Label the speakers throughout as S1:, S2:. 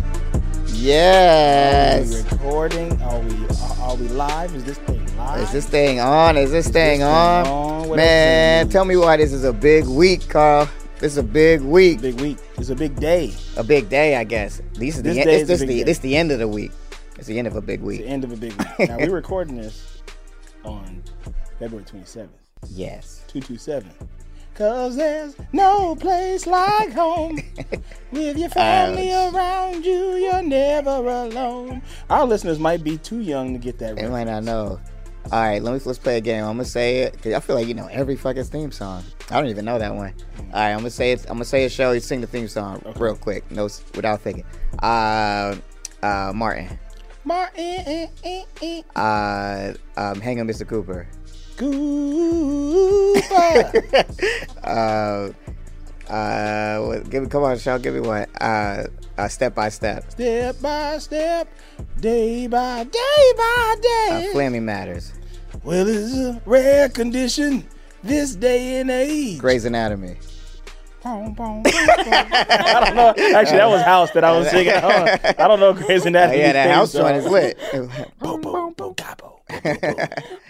S1: we
S2: Yes.
S1: recording? Are we are, are we live? Is this thing live?
S2: Is this thing on? Is this thing
S1: thing
S2: on?
S1: on? What else
S2: Man,
S1: is
S2: tell me why this is a big week, Carl. This is a big week,
S1: big week? It's a big day.
S2: a big day, I guess. This is
S1: This
S2: the
S1: day
S2: end.
S1: is a
S2: This
S1: big
S2: the
S1: day.
S2: this the end of the week. It's the end of a big
S1: It's the
S2: week.
S1: end of a big week. now we're recording this on February 27th,
S2: Yes.
S1: 227. Cause there's no place like home. With your family
S2: Ouch.
S1: around you, you're never alone. Our listeners might be too young to get that
S2: They
S1: right.
S2: might not know. All right, let me let's play a game. I'm gonna say it 'cause I feel like you know every fucking theme song. I don't even know that one. All right, I'm gonna say it. I'm gonna say a show. You sing the theme song real quick, no, s- without thinking. Uh, uh, Martin.
S1: Martin eh.
S2: Uh, um, hang on, Mr. Cooper.
S1: Cooper.
S2: uh, uh, what, give me, come on, Sean, give me one. Uh, uh, step by step.
S1: Step by step, day by day by
S2: Uh,
S1: day.
S2: Flammy matters.
S1: well, it's a rare condition this day and age.
S2: Grey's Anatomy.
S1: Boom, boom, boom, boom. I don't know. Actually, that was house that I was singing. Hold on. I don't know Grey's
S2: Oh
S1: Anatomy.
S2: yeah, that
S1: theme
S2: house
S1: song.
S2: joint is lit.
S1: Boom, boom, boom, gabo. Boom,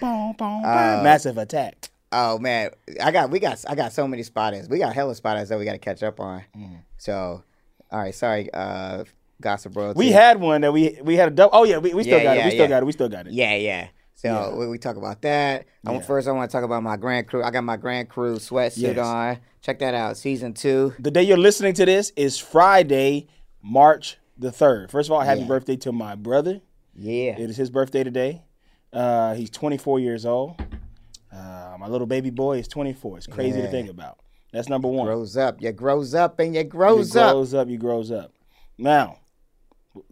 S1: boom, boom.
S2: Uh,
S1: Massive attack.
S2: oh man, I got we got I got so many spotters. We got hella spotters that we got to catch up on. So, all right, sorry, uh, gossip royalty.
S1: We had one that we we had a double. Oh yeah, we, we still
S2: Yeah,
S1: got it.
S2: yeah,
S1: We still
S2: yeah.
S1: got it. We still got it.
S2: Yeah, yeah. So We, we talk about that. I want first. I want to talk about my Grand Crew. I got my Grand Crew sweatsuit
S1: Yes.
S2: on. Check that out. Season two.
S1: The day you're listening to this is Friday, March the third. First of all, happy
S2: Yeah.
S1: birthday to my brother.
S2: Yeah.
S1: It is his birthday today. Uh, he's 24 years old. Uh, my little baby boy is 24. It's crazy to think about. That's number one.
S2: grows up. You grows up and you
S1: you
S2: grows up.
S1: grows up. You grows up. Now,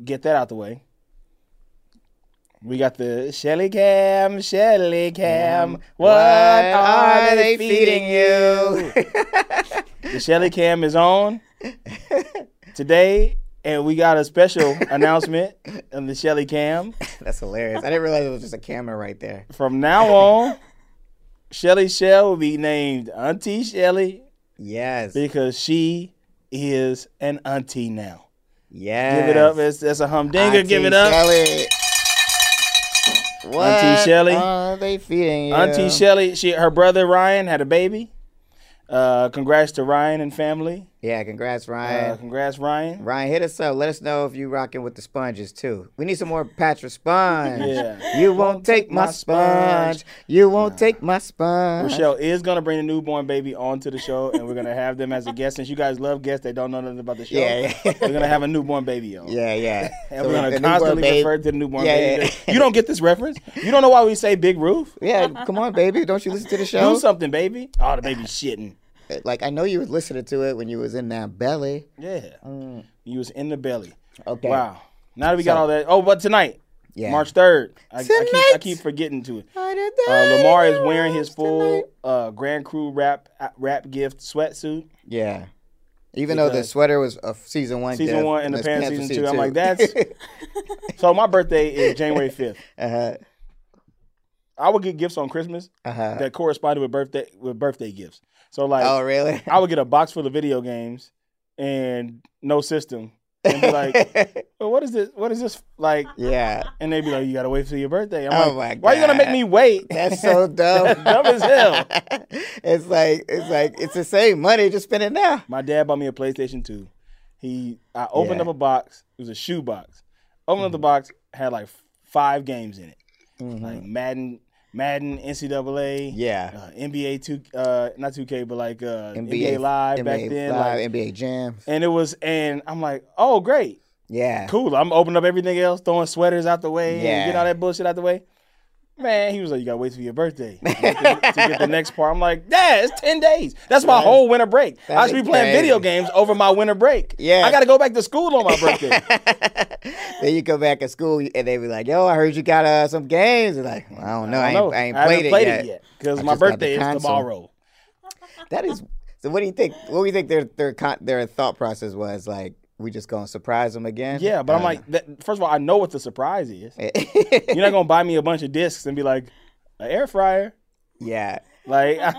S1: get that out the way. We got the Shelly Cam, Shelly Cam. What, are they feeding you? the Shelly Cam is on today, and we got a special announcement on the Shelly Cam.
S2: That's hilarious. I didn't realize it was just a camera right there.
S1: From now on, Shelly Shell will be named Auntie Shelly
S2: Yes.
S1: because she is an auntie now.
S2: Yes.
S1: Give it up. It's, that's a humdinger. Give
S2: Auntie
S1: it up.
S2: Shelley. What
S1: Shelley.
S2: are they feeding you?
S1: Auntie Shelly, she, her brother Ryan had a baby. Uh, congrats to Ryan and family.
S2: Yeah, congrats, Ryan.
S1: Uh, congrats, Ryan.
S2: Ryan, hit us up. Let us know if you rocking with the sponges too. We need some more Patrick Sponge.
S1: Yeah.
S2: You won't take my sponge. You won't take my sponge.
S1: Rochelle is gonna bring the newborn baby onto the show, and we're gonna have them as a guest. Since you guys love guests that don't know nothing about the show,
S2: Yeah, yeah.
S1: we're gonna have a newborn baby on.
S2: Yeah, yeah.
S1: And
S2: So
S1: we're
S2: the
S1: gonna
S2: newborn
S1: constantly
S2: babe-
S1: refer to the newborn
S2: Yeah,
S1: baby.
S2: yeah.
S1: You don't get this reference? You don't know why we say big roof?
S2: Yeah, come on, baby. Don't you listen to the show?
S1: Do something, baby. Oh, the baby's shitting.
S2: Like I know you was listening to it when you was in that belly.
S1: Yeah.
S2: Mm.
S1: You was in the belly.
S2: Okay.
S1: Wow. Now that we got all that. Oh, but tonight,
S2: Yeah.
S1: March 3rd. I, I, keep, I
S2: Tonight.
S1: keep forgetting to it.
S2: I did
S1: Uh,
S2: that
S1: Lamar is
S2: in
S1: wearing his
S2: March
S1: full
S2: tonight.
S1: uh, Grand Crew wrap uh, wrap gift sweatsuit.
S2: Yeah. Even though the
S1: Because-
S2: sweater was a season one.
S1: Season
S2: gift,
S1: one and the pants
S2: were
S1: season two. I'm like, that's- So my birthday is January 5th.
S2: uh-huh.
S1: I would get gifts on Christmas
S2: Uh-huh.
S1: that corresponded with birthday with birthday gifts. So like
S2: Oh really?
S1: I would get a box full of video games and no system. And be like, well, what is this? What is this like?
S2: yeah.
S1: And they'd be like, you gotta wait for your birthday. I'm
S2: Oh
S1: like,
S2: my
S1: why you gonna make
S2: God.
S1: me wait?
S2: That's so dumb.
S1: dumb as hell.
S2: it's like it's like it's the same money, just spend it now.
S1: My dad bought me a PlayStation 2. He I opened
S2: Yeah. Mm-hmm.
S1: up a box. It was a shoe box. Opened up the box, had like five games in it. Like Madden, Madden, NCAA,
S2: Yeah.
S1: uh, NBA two, uh, not two K, but like uh, NBA,
S2: NBA
S1: Live back
S2: NBA
S1: then.
S2: Live,
S1: like-
S2: NBA Jam.
S1: and it was, and I'm like, oh great,
S2: Yeah.
S1: cool. I'm opening up everything else, throwing sweaters out the way, and
S2: Yeah.
S1: getting all that bullshit out the way. Man, he was like, you gotta wait till your birthday to get the, to get the next part. I'm like, Dad, it's ten days. That's my whole winter break. I should
S2: is
S1: be playing
S2: crazy.
S1: video games over my winter break.
S2: Yeah.
S1: I gotta go back to school on my birthday.
S2: Then you go back at school and they be like, "Yo, I heard you got uh, some games." And like, I don't know, I,
S1: No,
S2: ain't, I ain't
S1: haven't
S2: played, it, yet.
S1: because
S2: I
S1: my
S2: just got the
S1: birthday is
S2: console.
S1: tomorrow.
S2: That is. So, what do you think? What do you think their their con- their thought process was? Like, we just gonna surprise them again?
S1: Yeah, but I'm
S2: I
S1: like, that, first of all, I know what the surprise is.
S2: don't know.
S1: You're not gonna buy me a bunch of discs and be like, an air fryer.
S2: yeah,
S1: Like, I,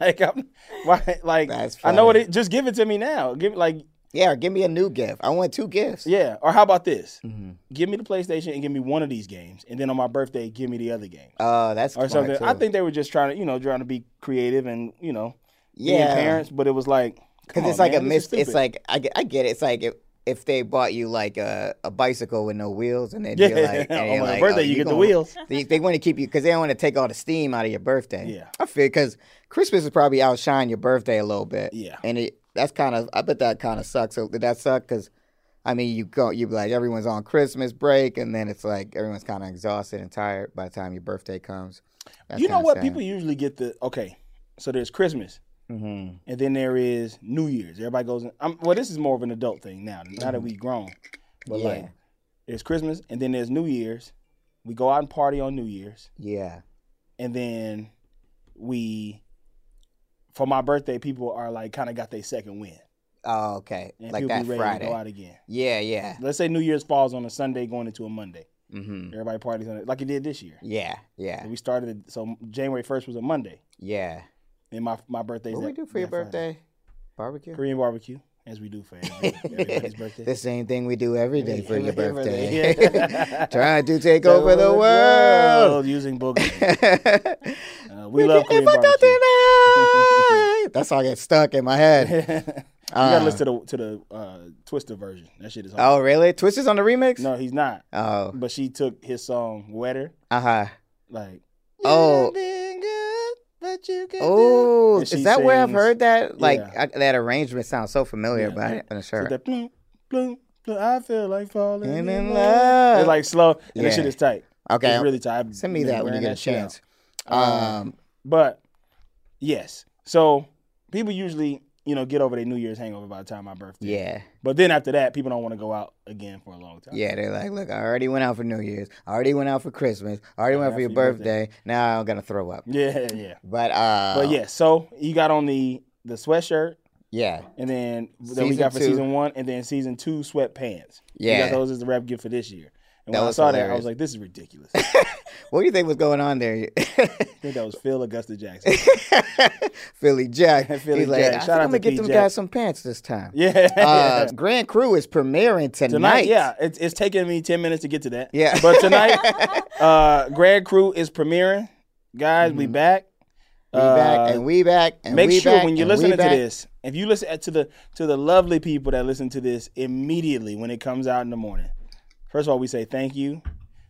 S1: like, I'm, why, like,
S2: That's
S1: I know what
S2: funny.
S1: it. Just give it to me now. Give like,
S2: yeah. Or give me a new gift. I want two gifts.
S1: yeah. Or how about this?
S2: Mm-hmm.
S1: Give me the PlayStation and give me one of these games, and then on my birthday, give me the other game
S2: Oh, that's
S1: or
S2: smart,
S1: something. I
S2: too.
S1: think they were just trying to, you know, trying to be creative and you know, being
S2: Yeah.
S1: parents. But it was like, come
S2: Because it's
S1: on,
S2: like
S1: man,
S2: a
S1: this is
S2: mis- It's
S1: stupid.
S2: like I get, I get it. It's like if, if they bought you like a, a bicycle with no wheels, and then you're
S1: Yeah,
S2: like,
S1: on
S2: and you're
S1: my
S2: like,
S1: birthday
S2: oh,
S1: you get the
S2: gonna-
S1: wheels.
S2: They, they want to keep you because they don't want to take all the steam out of your birthday.
S1: Yeah.
S2: I feel because Christmas is probably outshine your birthday a little bit.
S1: Yeah.
S2: and it that's kind of I bet that kind of sucks. So did that suck? Because I mean, you go, you be like everyone's on Christmas break, and then it's like everyone's kind of exhausted and tired by the time your birthday comes. That's
S1: you know
S2: kinda
S1: what?
S2: sad.
S1: People usually get the okay. So there's Christmas,
S2: Mhm.
S1: and then there is New Year's. Everybody goes. In, I'm, well, this is more of an adult thing now. Now that we grown, but like
S2: Mm-hmm. Yeah.
S1: there's Christmas, and then there's New Year's. We go out and party on New Year's,
S2: Yeah.
S1: and then we, for my birthday, people are like kind of got their second win,
S2: Oh, okay.
S1: and
S2: like
S1: people
S2: that
S1: be ready
S2: Friday.
S1: to go out again.
S2: Yeah, yeah.
S1: Let's say New Year's falls on a Sunday going into a Monday.
S2: hmm
S1: Everybody parties on it like it did this year.
S2: Yeah, yeah,
S1: We started so January first was a Monday,
S2: yeah.
S1: and my my birthday.
S2: What we do for your birthday? Barbecue.
S1: Korean barbecue, as we do for every- everybody's birthday.
S2: the same thing we do every day for your
S1: Every day.
S2: birthday. Trying to take over the world.
S1: world using boogie. Uh, we
S2: We
S1: love
S2: can-
S1: Korean
S2: if I got
S1: barbecue. You
S2: that, that song gets stuck in my head. Uh,
S1: gotta listen to the to the uh, Twister version. That shit is. hard.
S2: Oh, really? Twist is on the remix?
S1: No, he's not.
S2: Oh,
S1: But she took his song "Wetter,"
S2: uh huh.
S1: like.
S2: Oh.
S1: been good, but you can
S2: Oh,
S1: And
S2: is
S1: she
S2: that where I've
S1: sings-
S2: heard that? Like
S1: Yeah.
S2: I, that arrangement sounds so familiar,
S1: Yeah.
S2: but I'm not
S1: So
S2: sure.
S1: that bloom, bloom, bloom, I feel like falling
S2: And
S1: in, love.
S2: in love.
S1: It's like slow, and that
S2: Yeah.
S1: shit is tight.
S2: okay,
S1: it's really tight. I've
S2: send me
S1: been
S2: that when you
S1: wearing
S2: get a
S1: shit out.
S2: chance. Um,
S1: But yes, so people usually you know get over their New Year's hangover by the time my birthday.
S2: yeah.
S1: But then after that, people don't want to go out again for a long time.
S2: Yeah, they're like, look, I already went out for New Year's. I already went out for Christmas. I already went out for your birthday. Now I'm gonna throw up.
S1: yeah, yeah.
S2: But uh,
S1: But yeah, so you got on the the sweatshirt,
S2: yeah,
S1: and then that we
S2: Season
S1: got for
S2: two.
S1: season one, and then season two sweatpants. We
S2: Yeah.
S1: got those as the rap gift for this year. And
S2: That
S1: when I
S2: was
S1: saw that, I
S2: hilarious.
S1: was like, this is ridiculous. I
S2: What do you think was going on there?
S1: think that was Phil Augusta Jackson.
S2: Philly Jack.
S1: Philly
S2: He's like,
S1: Jack.
S2: I
S1: Shout
S2: think
S1: out
S2: I'm
S1: to
S2: gonna get
S1: P.
S2: them
S1: Jack.
S2: guys some pants this time.
S1: yeah.
S2: Uh, Grand Crew is premiering tonight.
S1: Tonight, yeah, it's, it's taking me ten minutes to get to that.
S2: Yeah.
S1: but tonight, uh, Grand Crew is premiering. Guys, we back.
S2: Mm-hmm. We back and we back and
S1: Uh, make
S2: we
S1: sure
S2: back
S1: when you're
S2: and we
S1: listening to
S2: back.
S1: this, if you listen uh, to the to the lovely people that listen to this immediately when it comes out in the morning. First of all, we say thank you.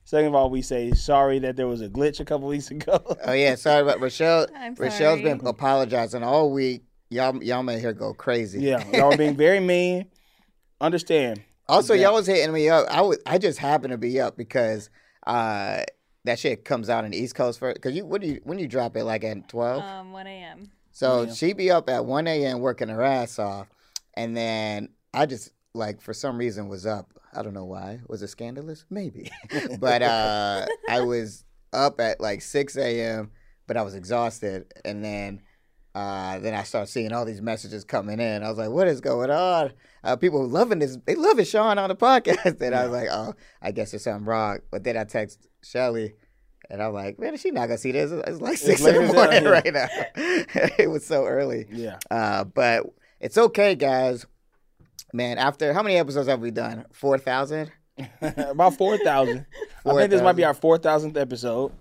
S1: Second of all, we say sorry that there was a glitch a couple weeks ago.
S2: Oh yeah, sorry about Rochelle.
S3: I'm
S2: Rochelle's
S3: sorry.
S2: been apologizing all week. Y'all, y'all made her go crazy.
S1: yeah, y'all were being very mean. Understand?
S2: Also, y'all was hitting me up. I was, I just happened to be up because uh, that shit comes out in the East Coast first. Cause you, what do you, when you drop it, like at twelve.
S3: Um, 1 a.m.
S2: so she be up at one a.m. working her ass off, and then I just like for some reason was up. I don't know why. Was it scandalous? Maybe, but uh, I was up at like six a.m. But I was exhausted, and then. Uh, then I started seeing all these messages coming in. I was like, "What is going on?" Uh, people loving this. They love it, Sean, on the podcast. and I was like, "Oh, I guess there's something wrong." But then I text Shelly, and I'm like, "Man, is she not gonna see this? It's like six in the
S1: late as
S2: morning
S1: hell,
S2: right now. it was so early."
S1: Yeah,
S2: Uh, but it's okay, guys. Man, after how many episodes have we done? Four thousand.
S1: uh, about four thousand. I think this might be
S2: 4,000.
S1: our four thousandth episode.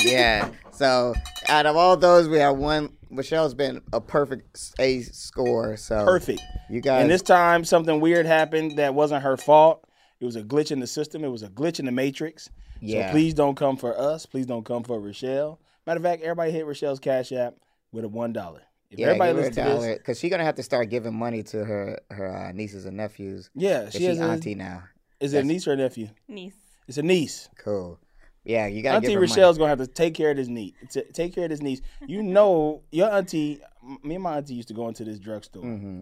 S2: yeah. So out of all those, we have one. Michelle's been a perfect A score. So
S1: Perfect.
S2: You guys.
S1: And this time, something weird happened that wasn't her fault. It was a glitch in the system. It was a glitch in the matrix. So
S2: Yeah.
S1: please don't come for us. Please don't come for Rochelle. Matter of fact, everybody hit Rochelle's cash app with a one dollar. If
S2: yeah,
S1: everybody
S2: give her a
S1: listens to this,
S2: dollar because she's gonna have to start giving money to her her uh, nieces and nephews.
S1: yeah,
S2: She
S1: she has
S2: she's
S1: a,
S2: auntie now.
S1: is it a niece or a nephew?
S3: Niece.
S1: It's a niece.
S2: Cool. Yeah, you gotta
S1: Auntie
S2: give her money.
S1: Rochelle's gonna have to take care of this knee. T- take care of this niece. You know, your auntie, m- me and my auntie used to go into this drugstore
S2: Mm-hmm.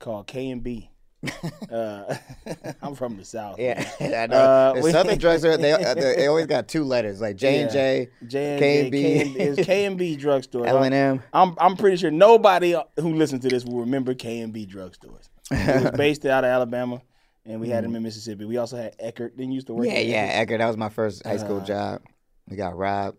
S1: called K and B. Uh, I'm from the south.
S2: Yeah, I know.
S1: Uh,
S2: the
S1: we-
S2: Southern drugs are they, uh, they they always got two letters like J and J,
S1: J
S2: K
S1: and
S2: and
S1: B.
S2: B,
S1: K and B drugstore.
S2: L and M.
S1: I'm I'm pretty sure nobody who listens to this will remember K and B drugstores. It was based out of Alabama, and we had them in Mississippi. We also had Eckert. Then used to work.
S2: Mm. Yeah,
S1: at Eckerd.
S2: yeah, Edgar. That was my first high school job. We got robbed.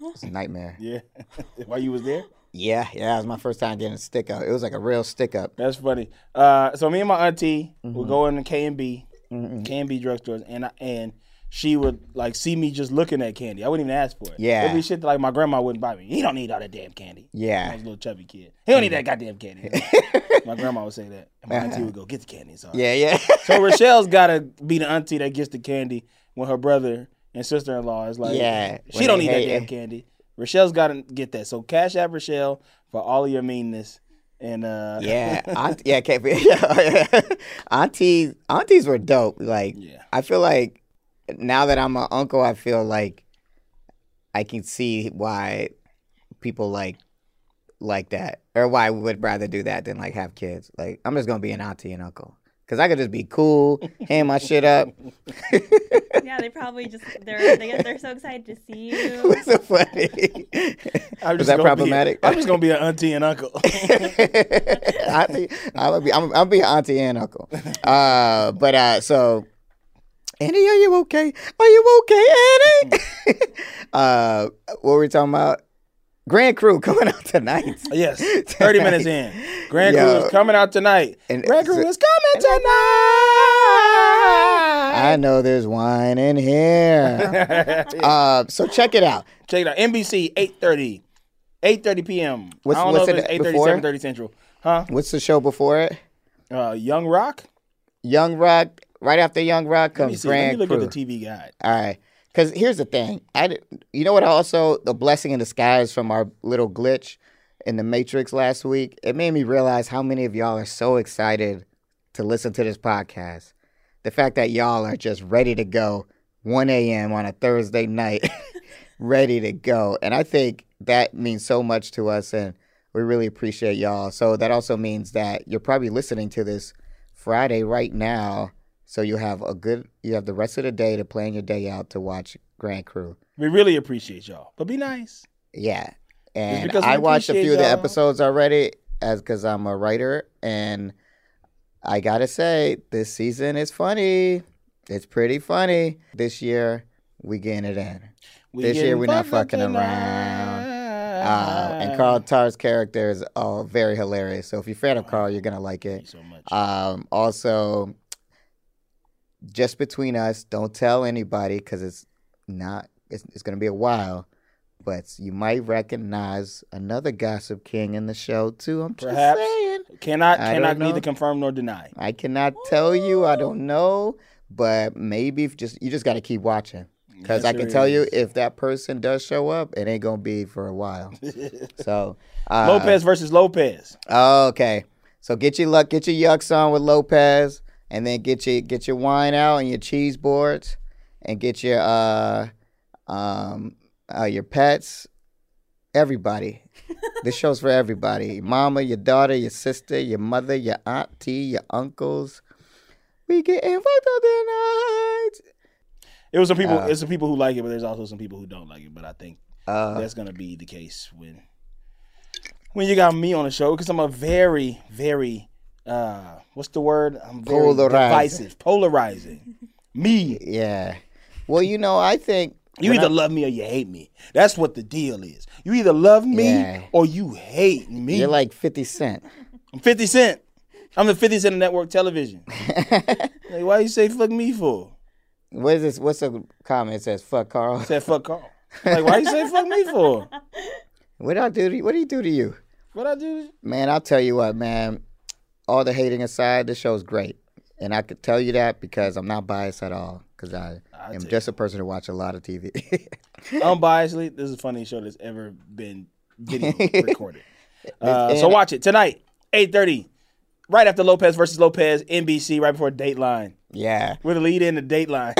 S2: It was a nightmare.
S1: yeah. While you was there.
S2: Yeah, yeah, it was my first time getting a stick up. It was like a real stick up.
S1: That's funny. Uh, so me and my auntie would
S2: Mm-hmm.
S1: go in the K and B, K and B drugstores, and I, and she would like see me just looking at candy. I wouldn't even ask for it.
S2: Yeah.
S1: it'd be shit that, like my grandma wouldn't buy me. He don't need all that damn candy. I
S2: Yeah, Mm-hmm.
S1: was a little chubby kid. He don't need that goddamn candy. my grandma would say that. And my auntie would go get the candy. It's all right."
S2: yeah, yeah.
S1: So Rochelle's gotta be the auntie that gets the candy when her brother and sister in law is like,
S2: Yeah,
S1: she
S2: when
S1: don't
S2: they
S1: need that
S2: hate
S1: damn
S2: it.
S1: candy. Rochelle's gotta get that. So cash app Rochelle for all of your meanness. And uh,
S2: Yeah, aunt, yeah, can't be, yeah, aunties, aunties were dope. Like,
S1: Yeah.
S2: I feel like now that I'm an uncle, I feel like I can see why people like like that, or why we would rather do that than like have kids. Like, I'm just gonna be an auntie and uncle because I could just be cool, hand my shit up.
S3: Yeah, they probably just they're they, they're so excited to see you.
S2: It's so funny.
S1: I'm just
S2: Was that
S1: gonna be-
S2: problematic?
S1: I'm just gonna be an auntie and uncle.
S2: auntie, I would be, I'm, I'm be auntie and uncle. Uh, but uh, so, Annie, are you okay? Are you okay, Annie? uh, what were we talking about? Grand Crew coming out tonight.
S1: yes, thirty minutes in. Grand Crew
S2: Yo.
S1: is coming out tonight.
S2: And-
S1: Grand Crew is coming tonight.
S2: I know there's wine in here. uh, so check it out.
S1: Check it out. NBC 8:30, 8:30 p.m.
S2: What's-
S1: I don't
S2: what's
S1: know if
S2: it
S1: it's 8:30,
S2: before?
S1: 7:30 Central, huh?
S2: What's the show before it?
S1: Uh, Young Rock.
S2: Young Rock. Right after Young Rock
S1: Let me
S2: comes
S1: see. Let me
S2: Grand
S1: look
S2: Crew.
S1: at the TV guide.
S2: All right. Because here's the thing. I, di- you know what? I also, the blessing in disguise from our little glitch in the Matrix last week, it made me realize how many of y'all are so excited to listen to this podcast. The fact that y'all are just ready to go 1 a.m. on a Thursday night, ready to go. And I think that means so much to us, and we really appreciate y'all. So that also means that you're probably listening to this Friday right now. So you have a good, you have the rest of the day to plan your day out to watch Grand Crew.
S1: We really appreciate y'all, but be nice.
S2: Yeah, and
S1: because we
S2: I watched a few of the
S1: appreciate y'all.
S2: episodes already, as because I'm a writer, and I gotta say this season is funny. It's pretty funny this year. We getting it in.
S1: We
S2: This year
S1: getting
S2: we not fucking
S1: tonight.
S2: Uh,
S1: Ah.
S2: and Carl Tarr's character is all very hilarious. So if you're a fan of Carl, you're gonna like it.
S1: so much.
S2: Um, also, just between us, don't tell anybody because it's not. It's, it's going to be a while, but you might recognize another Gossip King in the show too. I'm just
S1: Perhaps.
S2: saying.
S1: cannot
S2: I
S1: cannot
S2: don't know.
S1: neither confirm nor deny.
S2: I cannot tell you. I don't know, but maybe if just you just got to keep watching because I
S1: Yes,
S2: can
S1: there
S2: tell you
S1: is.
S2: if that person does show up, it ain't gonna be for a while. so uh,
S1: Lopez versus Lopez.
S2: Okay. So get your luck, get your yucks on with Lopez, and then get your get your wine out and your cheese boards, and get your uh um uh, your pets, everybody. this show's for everybody. Your mama, your daughter, your sister, your mother, your auntie, your uncles. We get fucked up tonight.
S1: It was some people.
S2: uh.
S1: it's some people who like it, but there's also some people who don't like it. But I think
S2: Uh.
S1: that's gonna be the case when when you got me on the show because I'm a very, very uh, what's the word? I'm very
S2: Polarizing.
S1: divisive, polarizing. Me,
S2: Yeah. Well, you know, I think
S1: you either love me or you hate me. That's what the deal is. You either love me
S2: Yeah.
S1: or you hate me.
S2: you're like Fifty Cent.
S1: I'm 50 Cent. I'm the 50 Cent of network television. like, why you say fuck me for?
S2: What is this? What's the comment that says "fuck Carl"?
S1: Said fuck Carl. Like, why you say fuck me for?
S2: What I do? To you? What do he do to you,
S1: What I do?
S2: man? I'll tell you what, man. All the hating aside, this show's great, and I could tell you that because I'm not biased at all. Because I am just a person who watch a lot of TV.
S1: Unbiasedly, this is the funniest show that's ever been video recorded. Uh, so watch it tonight, 8.30. right after Lopez versus Lopez, NBC, right before Dateline.
S2: Yeah.
S1: We're the lead in the Dateline.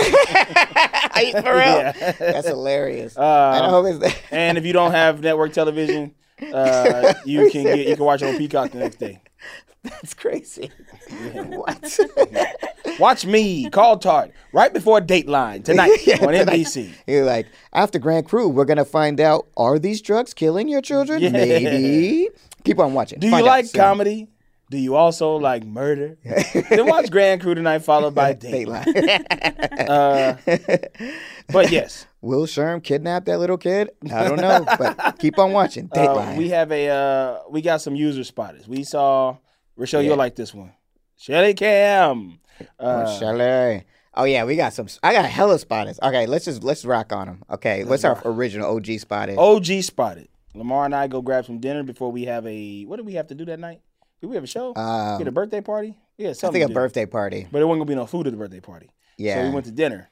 S2: I, for real.
S1: Yeah.
S2: That's hilarious. and I
S1: Uh,
S2: hope it's.
S1: and if you don't have network television, uh, you can get you can watch it on Peacock the next day.
S2: that's crazy. What?
S1: Watch me call Tart right before Dateline tonight on NBC.
S2: You're like, after Grand Crew, we're going to find out are these drugs killing your children?
S1: Yeah.
S2: Maybe. Keep on watching.
S1: Do you
S2: Find out
S1: like
S2: soon.
S1: comedy? Do you also like murder? then watch Grand Crew tonight, followed by Dateline.
S2: Dateline.
S1: But yes,
S2: Will Sherm kidnap that little kid? I don't know, but keep on watching.
S1: uh,
S2: Dateline.
S1: we have a uh, we got some user spotters. We saw Rochelle. You'll like this one. Shelly Cam.
S2: Oh,
S1: Uh,
S2: Chalet. Oh yeah, we got some. I got hella spotters. Okay, let's just let's rock on them. Okay, what's our original OG spotted? Um,
S1: OG spotted. Lamar and I go grab some dinner before we have a. What do we have to do that night? Did we have a show?
S2: Um,
S1: Get a birthday party? Yeah,
S2: I
S1: something.
S2: think a
S1: to do.
S2: birthday party.
S1: But it wasn't gonna be no food at the birthday party.
S2: Yeah,
S1: So we went to dinner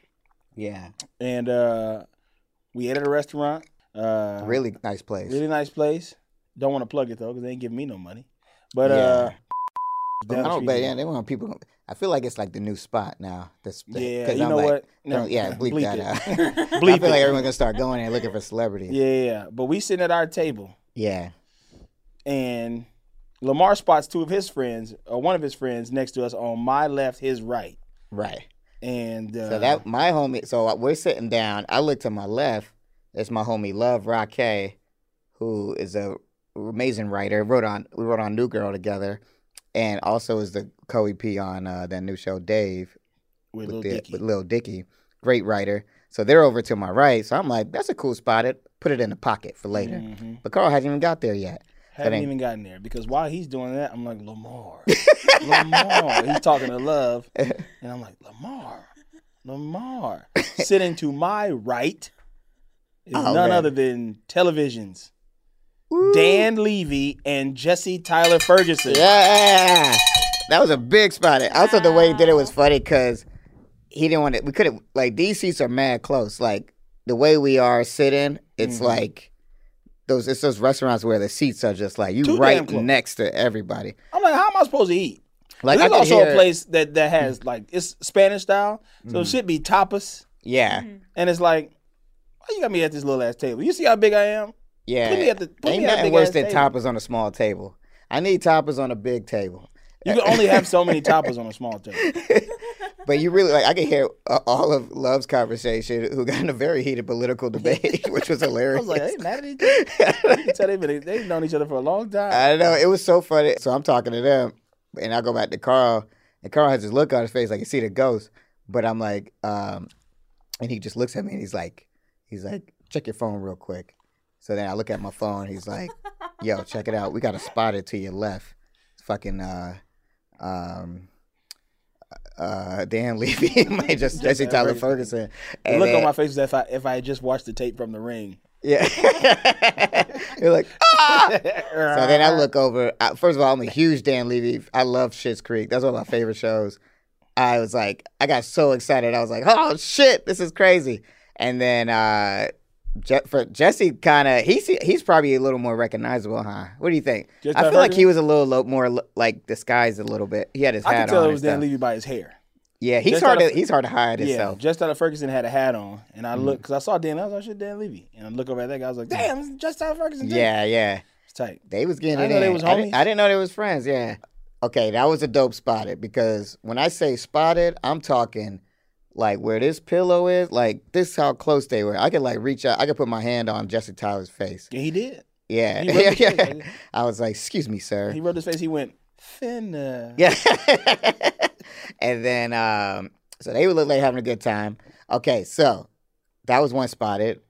S2: yeah,
S1: and uh, we ate at a restaurant. Uh,
S2: really nice place.
S1: really nice place. Don't want to plug it though because they ain't giving me no money. But
S2: Yeah.
S1: uh,
S2: I
S1: down the
S2: don't,
S1: street
S2: but
S1: here.
S2: yeah, they want people. I feel like it's like the new spot now. This,
S1: Yeah,
S2: 'cause
S1: you
S2: I'm
S1: know
S2: like,
S1: what? No,
S2: don't- yeah, bleep,
S1: bleep
S2: that
S1: it.
S2: out.
S1: Bleep
S2: I feel
S1: it.
S2: like everyone's gonna start going and looking for celebrities.
S1: Yeah, yeah, yeah. But we sitting at our table,
S2: Yeah,
S1: and Lamar spots two of his friends, or one of his friends, next to us on my left, his right,
S2: right.
S1: and uh,
S2: So that my homie. So we're sitting down. I look to my left. That's my homie Love Roque, who is a amazing writer. Wrote on we wrote on New Girl together, and also is the co-EP on uh, that new show Dave
S1: with
S2: with,
S1: Lil
S2: the,
S1: Dicky.
S2: with Lil Dicky. Great writer. So they're over to my right. So I'm like, that's a cool spot. It put it in the pocket for later.
S1: Mm. Mm-hmm.
S2: But Carl hasn't even got there yet.
S1: Haven't
S2: ain't-
S1: even gotten there because while he's doing that, I'm like Lamar, Lamar. He's talking to Love, and I'm like Lamar, Lamar. Sitting to my right is
S2: Oh,
S1: none
S2: man.
S1: other than Television's Dan Levy and Jesse Tyler Ferguson.
S2: Yeah, that was a big spot. Also, the way he did it was funny because he didn't want to. We could have like these seats are mad close. Like the way we are sitting, it's
S1: Mm-hmm.
S2: like those. It's those restaurants where the seats are just like you
S1: Too damn
S2: right
S1: close.
S2: next to everybody.
S1: I'm like, how am I supposed to eat?
S2: Like
S1: this
S2: I
S1: is
S2: could
S1: also
S2: hear- Mm.
S1: a place that that has like it's Spanish style, so it should be tapas,
S2: Yeah,
S1: and it's like, why you got me at this little ass table? You see how big I am?
S2: yeah.
S1: Put me at the- put
S2: Ain't
S1: me at a
S2: nothing
S1: big
S2: worse
S1: ass
S2: than
S1: table.
S2: toppers on a small table. I need toppers on a big table.
S1: You can only have so many tapas on a small table.
S2: But you really like I could hear uh, all of Love's conversation, who got in a very heated political debate, which was
S1: I
S2: hilarious.
S1: was like, they mad at each other. You can tell they've been they've known each other for a long time.
S2: I know it was so funny. So I'm talking to them, and I go back to Carl, and Carl has this look on his face like you see the ghost. But I'm like, um, and he just looks at me and he's like, he's like, check your phone real quick. So then I look at my phone. He's like, yo, check it out. We got a spotter to your left. It's fucking uh, um, uh, Dan Levy, might just Jesse Tyler Ferguson.
S1: The
S2: And
S1: look on
S2: then-
S1: my face was if I if I had just watched the tape from the ring.
S2: yeah. You're like, ah! so then I look over. I, first of all, I'm a huge Dan Levy. I love Shit's Creek. That's one of my favorite shows. I was like, I got so excited. I was like, oh shit, this is crazy. And then uh, Je- for Jesse, kind of, he's he's probably a little more recognizable, huh? What do you think?
S1: Just
S2: I
S1: by
S2: feel like
S1: Ferguson?
S2: he was a little lo- more lo- like disguised a little bit. He had his
S1: I
S2: hat
S1: could tell
S2: on.
S1: it
S2: and
S1: was Dan
S2: stuff.
S1: Levy by his hair.
S2: Yeah, he's
S1: Just
S2: hard.
S1: out
S2: To,
S1: of-
S2: he's hard to hide
S1: Yeah,
S2: himself.
S1: Just Tyler Ferguson had a hat on, and
S2: Mm-hmm.
S1: I looked because I saw Dan. I was like, "Oh, "Shit, Dan Levy," and I look over at that guy. I was like, "Damn, it's Just Tyler Ferguson." dude."
S2: yeah, yeah.
S1: it's tight.
S2: They was getting
S1: I
S2: it
S1: didn't know
S2: in.
S1: they was
S2: I, didn't,
S1: homies.
S2: I didn't know they was friends. Yeah. Okay, that was a dope spotted because when I say spotted, I'm talking like where this pillow is. Like this, is how close they were. I could like reach out. I could put my hand on Jesse Tyler's face.
S1: Yeah, he did.
S2: Yeah,
S1: He rubbed his
S2: yeah.
S1: face, like-
S2: I was like, "Excuse me, sir."
S1: He rubbed his face. He went thinner.
S2: Yeah. and then um so they would look like having a good time. Okay, so that was one spotted.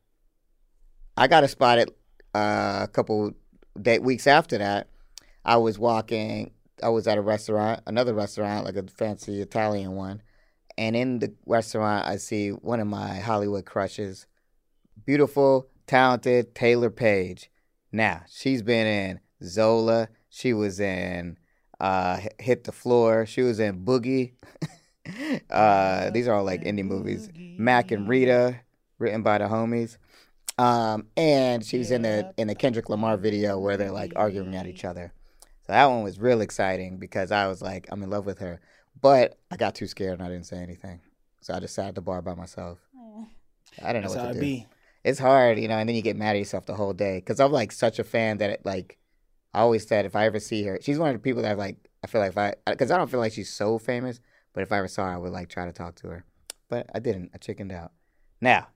S2: I got a spotted uh, a couple day, weeks after that. I was walking. I was at a restaurant, another restaurant, like a fancy Italian one. And in the restaurant, I see one of my Hollywood crushes, beautiful, talented Taylor Page. Now she's been in Zola. She was in uh, H- Hit the Floor. She was in Boogie. uh, these are all like indie movies. Mac and Rita, written by the homies. Um, and she was in the in the Kendrick Lamar video where they're like arguing at each other. So that one was real exciting because I was like, I'm in love with her. But I got too scared and I didn't say anything. So I just sat at the bar by myself. I didn't know
S1: That's
S2: what
S1: how
S2: to
S1: it
S2: do.
S1: be.
S2: It's hard, you know, and then you get mad at yourself the whole day. Cause I'm like such a fan that it, like, I always said if I ever see her, she's one of the people that like, I feel like if I, cause I don't feel like she's so famous, but if I ever saw her, I would like try to talk to her. But I didn't. I chickened out. Now,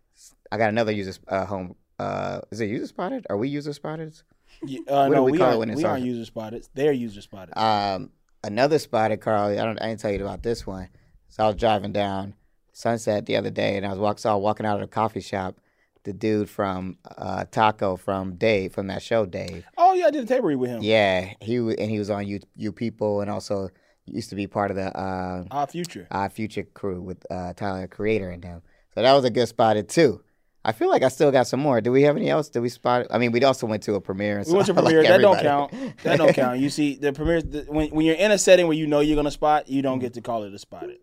S2: I got another user sp- uh, home. Uh, is it user spotted? Are we user spotted?
S1: Yeah, uh, no,
S2: What do we
S1: we,
S2: call it when
S1: aren't,
S2: it's
S1: we aren't
S2: on?
S1: user spotted. They're user spotted.
S2: Um, another spotted Carl. I don't. I didn't tell you about this one. So I was driving down Sunset the other day, and I was walk, saw walking out of the coffee shop. The dude from uh, Taco from Dave from that show Dave.
S1: oh yeah, I did a table read with him.
S2: Yeah, he w- and he was on you you people, and also used to be part of the uh,
S1: Our future.
S2: uh, Future crew with uh, Tyler Creator and them. So that was a good spotted too. I feel like I still got some more. Do we have any else? Did we spot? I mean, we also went to a premiere. And
S1: We went to
S2: saw, like,
S1: premiere. that don't
S2: everybody.
S1: count. That don't count. You see, the premiere the, when when you're in a setting where you know you're gonna spot, you don't get to call it a spotted.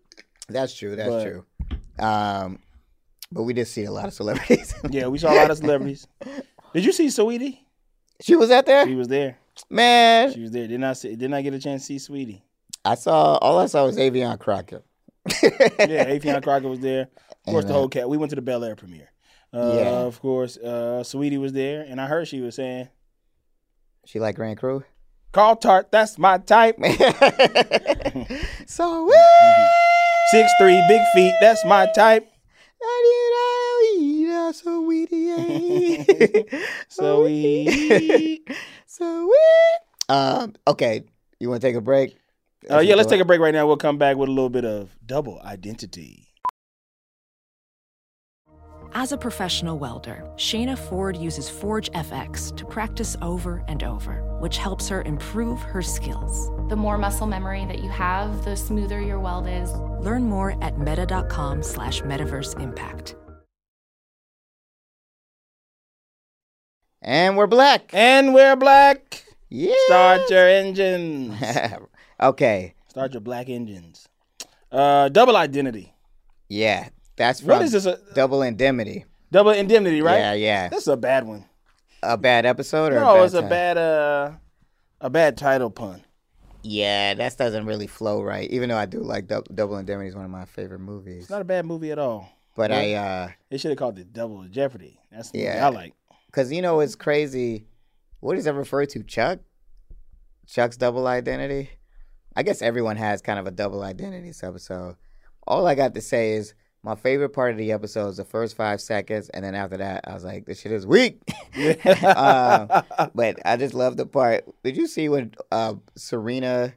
S2: That's true. That's
S1: But-
S2: true. Um, but we did see a lot of celebrities.
S1: Yeah, we saw a lot of celebrities. Did you see Sweetie?
S2: she was out
S1: She
S2: there,
S1: was there.
S2: man.
S1: She was there. Did not see, did not get a chance to see Sweetie.
S2: I saw all I saw was Avion Crockett.
S1: Yeah, Afion Crockett was there. Of course, the
S2: Amen.
S1: whole cat. We went to the Bel Air premiere. Uh,
S2: Yeah.
S1: Of course, uh, Sweetie was there, and I heard she was saying,
S2: She like Grand Crew.
S1: "Carl Tart, that's my type.
S2: so woo!
S1: Six three, big feet, that's my type."
S2: So we
S1: So we.
S2: Oh,
S1: uh,
S2: so we um okay. You wanna take a break?
S1: Uh, yeah, let's take a break right now. We'll come back with a little bit of double identity.
S4: As a professional welder, Shayna Ford uses Forge FX to practice over and over, which helps her improve her skills.
S5: The more muscle memory that you have, the smoother your weld is.
S4: Learn more at meta.com slash metaverse impact.
S2: And we're black.
S1: And we're black.
S2: Yeah.
S1: Start your engines.
S2: okay.
S1: Start your black engines. Uh, double identity.
S2: Yeah. That's
S1: What
S2: from
S1: is this, a-
S2: double indemnity.
S1: Double indemnity, right?
S2: Yeah, yeah.
S1: That's a bad one.
S2: a bad episode or
S1: No,
S2: a bad
S1: it's a
S2: time?
S1: bad uh, a bad title pun.
S2: Yeah, that doesn't really flow right. Even though I do like Dou- Double Indemnity is one of my favorite movies.
S1: It's not a bad movie at all.
S2: but I uh
S1: They should have called it Double Jeopardy. That's the movie
S2: Yeah.
S1: I like.
S2: Cause you know it's crazy. What is that referred to? Chuck? Chuck's double identity? I guess everyone has kind of a double identity this episode. All I got to say is my favorite part of the episode is the first five seconds, and then after that, I was like, "This shit is weak." um, but I just love the part. Did you see when uh, Serena?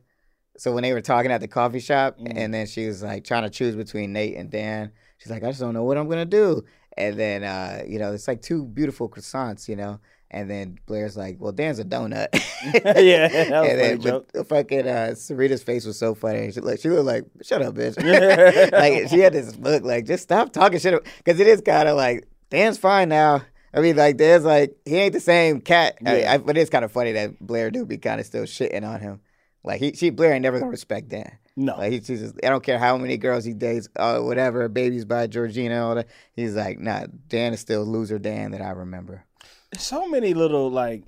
S2: So when they were talking at the coffee shop, and then she was like trying to choose between Nate and Dan. She's like, I just don't know what I'm gonna do. And then uh, you know, it's like two beautiful croissants, you know. And then Blair's like, Well, Dan's a donut.
S1: yeah, that was a
S2: and
S1: funny
S2: then
S1: joke.
S2: but the fucking uh, Serena's face was so funny. She looked, she looked like, shut up, bitch. like she had this look, like just stop talking shit, because it is kind of like Dan's fine now. I mean, like Dan's like he ain't the same cat. I-
S1: Yeah.
S2: I- but it's kind of funny that Blair do be kind of still shitting on him. Like he, she Blair ain't never gonna respect Dan.
S1: No.
S2: like he, she's just, I don't care how many girls he dates, uh, whatever, babies by Georgina, all that. He's like, nah, Dan is still loser Dan that I remember.
S1: so many little like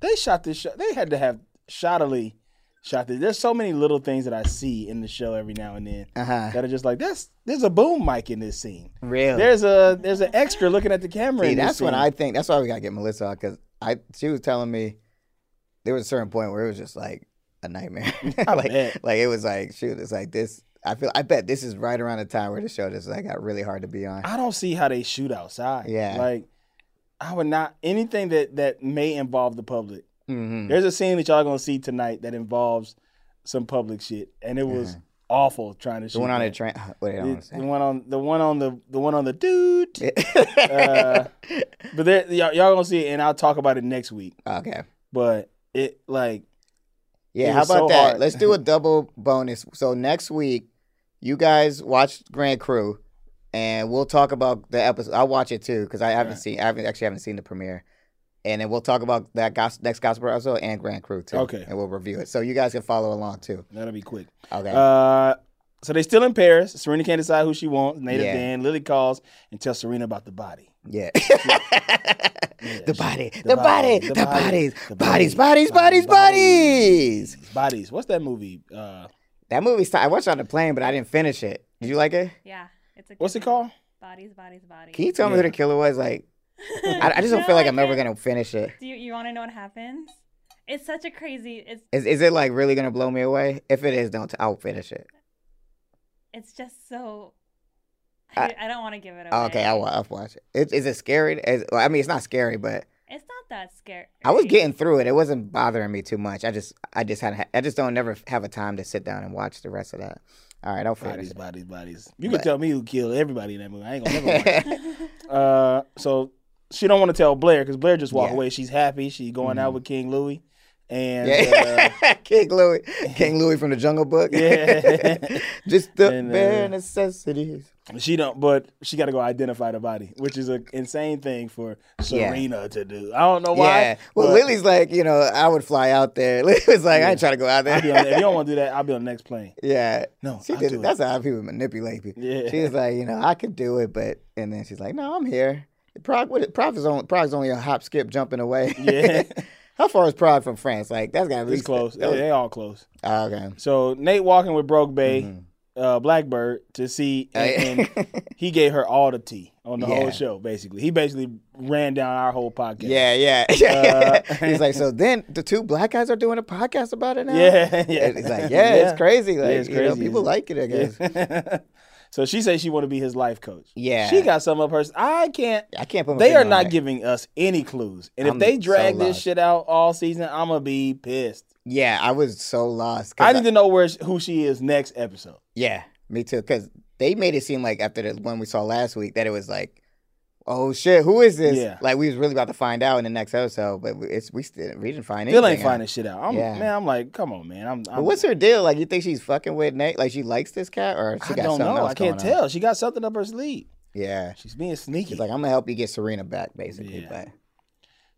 S1: they shot this show. They had to have shoddily shot this. There's so many little things that I see in the show every now and then
S2: Uh-huh.
S1: that are just like that's there's a boom mic in this scene.
S2: Really?
S1: There's a there's an extra looking at the camera.
S2: See,
S1: in this
S2: that's when
S1: scene.
S2: I think that's why we gotta get Melissa because I she was telling me there was a certain point where it was just like a nightmare. like
S1: bet.
S2: like it was like shoot, it's like this. I feel I bet this is right around the time where the show just like got really hard to be on.
S1: I don't see how they shoot outside.
S2: Yeah.
S1: like I would not anything that that may involve the public.
S2: hmm
S1: There's a scene that y'all gonna see tonight that involves some public shit, and it was awful trying to shoot
S2: Uh-huh. The one on the
S1: that.
S2: train. Wait, I don't
S1: The-
S2: wanna say.
S1: the one on the one on the the one on the dude.
S2: it.
S1: But there, y'all, y'all gonna see it, and I'll talk about it next week.
S2: okay.
S1: But it like
S2: Yeah,
S1: It
S2: how
S1: was
S2: about
S1: so
S2: that?
S1: hard.
S2: Let's do a double bonus. So next week, you guys watch Grand Crew, and we'll talk about the episode. I'll watch it too because I haven't seen. I haven't actually haven't seen the premiere, and then we'll talk about that gos- next gospel episode and Grand Crew too.
S1: Okay.
S2: and we'll review it so you guys can follow along too.
S1: that'll be quick.
S2: Okay,
S1: Uh, So they still in Paris. Serena can't decide who she wants. Nate
S2: Yeah.
S1: yeah. Dan. Lily calls and tells Serena about the body.
S2: Yeah.
S1: Yeah,
S2: the
S1: she-
S2: body, the body, the bodies, bodies, bodies, bodies,
S1: bodies,
S2: bodies.
S1: Bodies. What's that movie? Uh,
S2: That movie, started, I watched it on the plane, but I didn't finish it. Did you like it?
S3: Yeah. It's a
S1: what's
S3: good
S1: it
S3: one.
S1: called?
S3: Bodies, bodies, bodies.
S2: Can you tell me who the killer was? Like, I, I just don't
S3: No,
S2: feel like
S3: I
S2: I'm ever
S3: can't.
S2: gonna finish it.
S3: Do you, you want to know what happens? It's such a crazy. It's
S2: Is is it like really gonna blow me away? If it is, don't t- I'll finish it.
S3: it's just so. I, I don't want to give it away.
S2: Oh, Okay, I'll, wa- I'll watch it. Is, is it scary? Is, well, I mean, it's not scary, but
S3: It's not that scary.
S2: I was getting through it. It wasn't bothering me too much. I just I just had I just don't never have a time to sit down and watch the rest of that. All right, I'll finish
S1: Bodies,
S2: it.
S1: bodies, bodies. You can tell me who killed everybody in that movie. I ain't gonna never watch it. Uh, so she don't want to tell Blair because Blair just walked
S2: Yeah. Mm-hmm.
S1: away. She's happy. She going out with King Louis, and uh,
S2: Yeah. King Louis, King Louis from the Jungle Book.
S1: Yeah.
S2: just the
S1: And, uh,
S2: bare necessities.
S1: she don't. But she got to go identify the body, which is an insane thing for
S2: Yeah.
S1: Serena to do. I don't know why.
S2: Yeah. Well,
S1: but
S2: Lily's like, you know, I would fly out there. Lily was like, I ain't trying to go out
S1: I'll be on,
S2: there.
S1: if you don't want to do that, I'll be on the next plane.
S2: yeah.
S1: No,
S2: She
S1: I'll
S2: did
S1: do
S2: it.
S1: it.
S2: That's how people manipulate people.
S1: Yeah.
S2: She was like, you know, I could do it, but and then she's like, no, I'm here. Prague, what, Prague is only, Prague's only a hop, skip, jumping away.
S1: Yeah.
S2: how far is Prague from France? Like that's gotta be
S1: It's close.
S2: that was-
S1: They, they all close.
S2: oh, okay.
S1: So Nate walking with Broke Bay,
S2: Mm-hmm.
S1: uh, Blackbird to see, and, and he gave her all the tea on the
S2: Yeah.
S1: whole show. Basically, he basically ran down our whole podcast.
S2: Yeah, yeah.
S1: Uh,
S2: yeah. he's like, so then the two black guys are doing a podcast about it now.
S1: Yeah, yeah.
S2: And he's like, yeah, it's crazy. Like,
S1: it's
S2: you know,
S1: crazy.
S2: people like it, I guess.
S1: so she says she want to be his life coach.
S2: Yeah.
S1: she got some up her. I can't.
S2: I can't put. My
S1: They
S2: finger
S1: are
S2: on
S1: not
S2: it.
S1: giving us any clues, and
S2: I'm
S1: if they
S2: so
S1: drag this
S2: lost.
S1: shit out all season, I'm gonna be pissed.
S2: Yeah, I was so lost. 'cause
S1: I need to know where who she is next episode.
S2: Yeah, me too. Because they made it seem like after the one we saw last week that it was like, oh shit, who is this?
S1: Yeah.
S2: Like we was really about to find out in the next episode, but we- it's we still we didn't find
S1: Still
S2: anything.
S1: ain't
S2: out.
S1: finding shit out. I'm,
S2: Yeah.
S1: Man, I'm like, come on, man. I'm,
S2: But
S1: I'm
S2: what's her deal? Like you think she's fucking with Nate? Like she likes this cat, or she
S1: I
S2: got
S1: don't
S2: something
S1: know.
S2: else
S1: I can't
S2: going on?
S1: tell. She got something up her sleeve.
S2: Yeah,
S1: She's being sneaky.
S2: she's like, I'm gonna help you get Serena back, basically.
S1: Yeah.
S2: But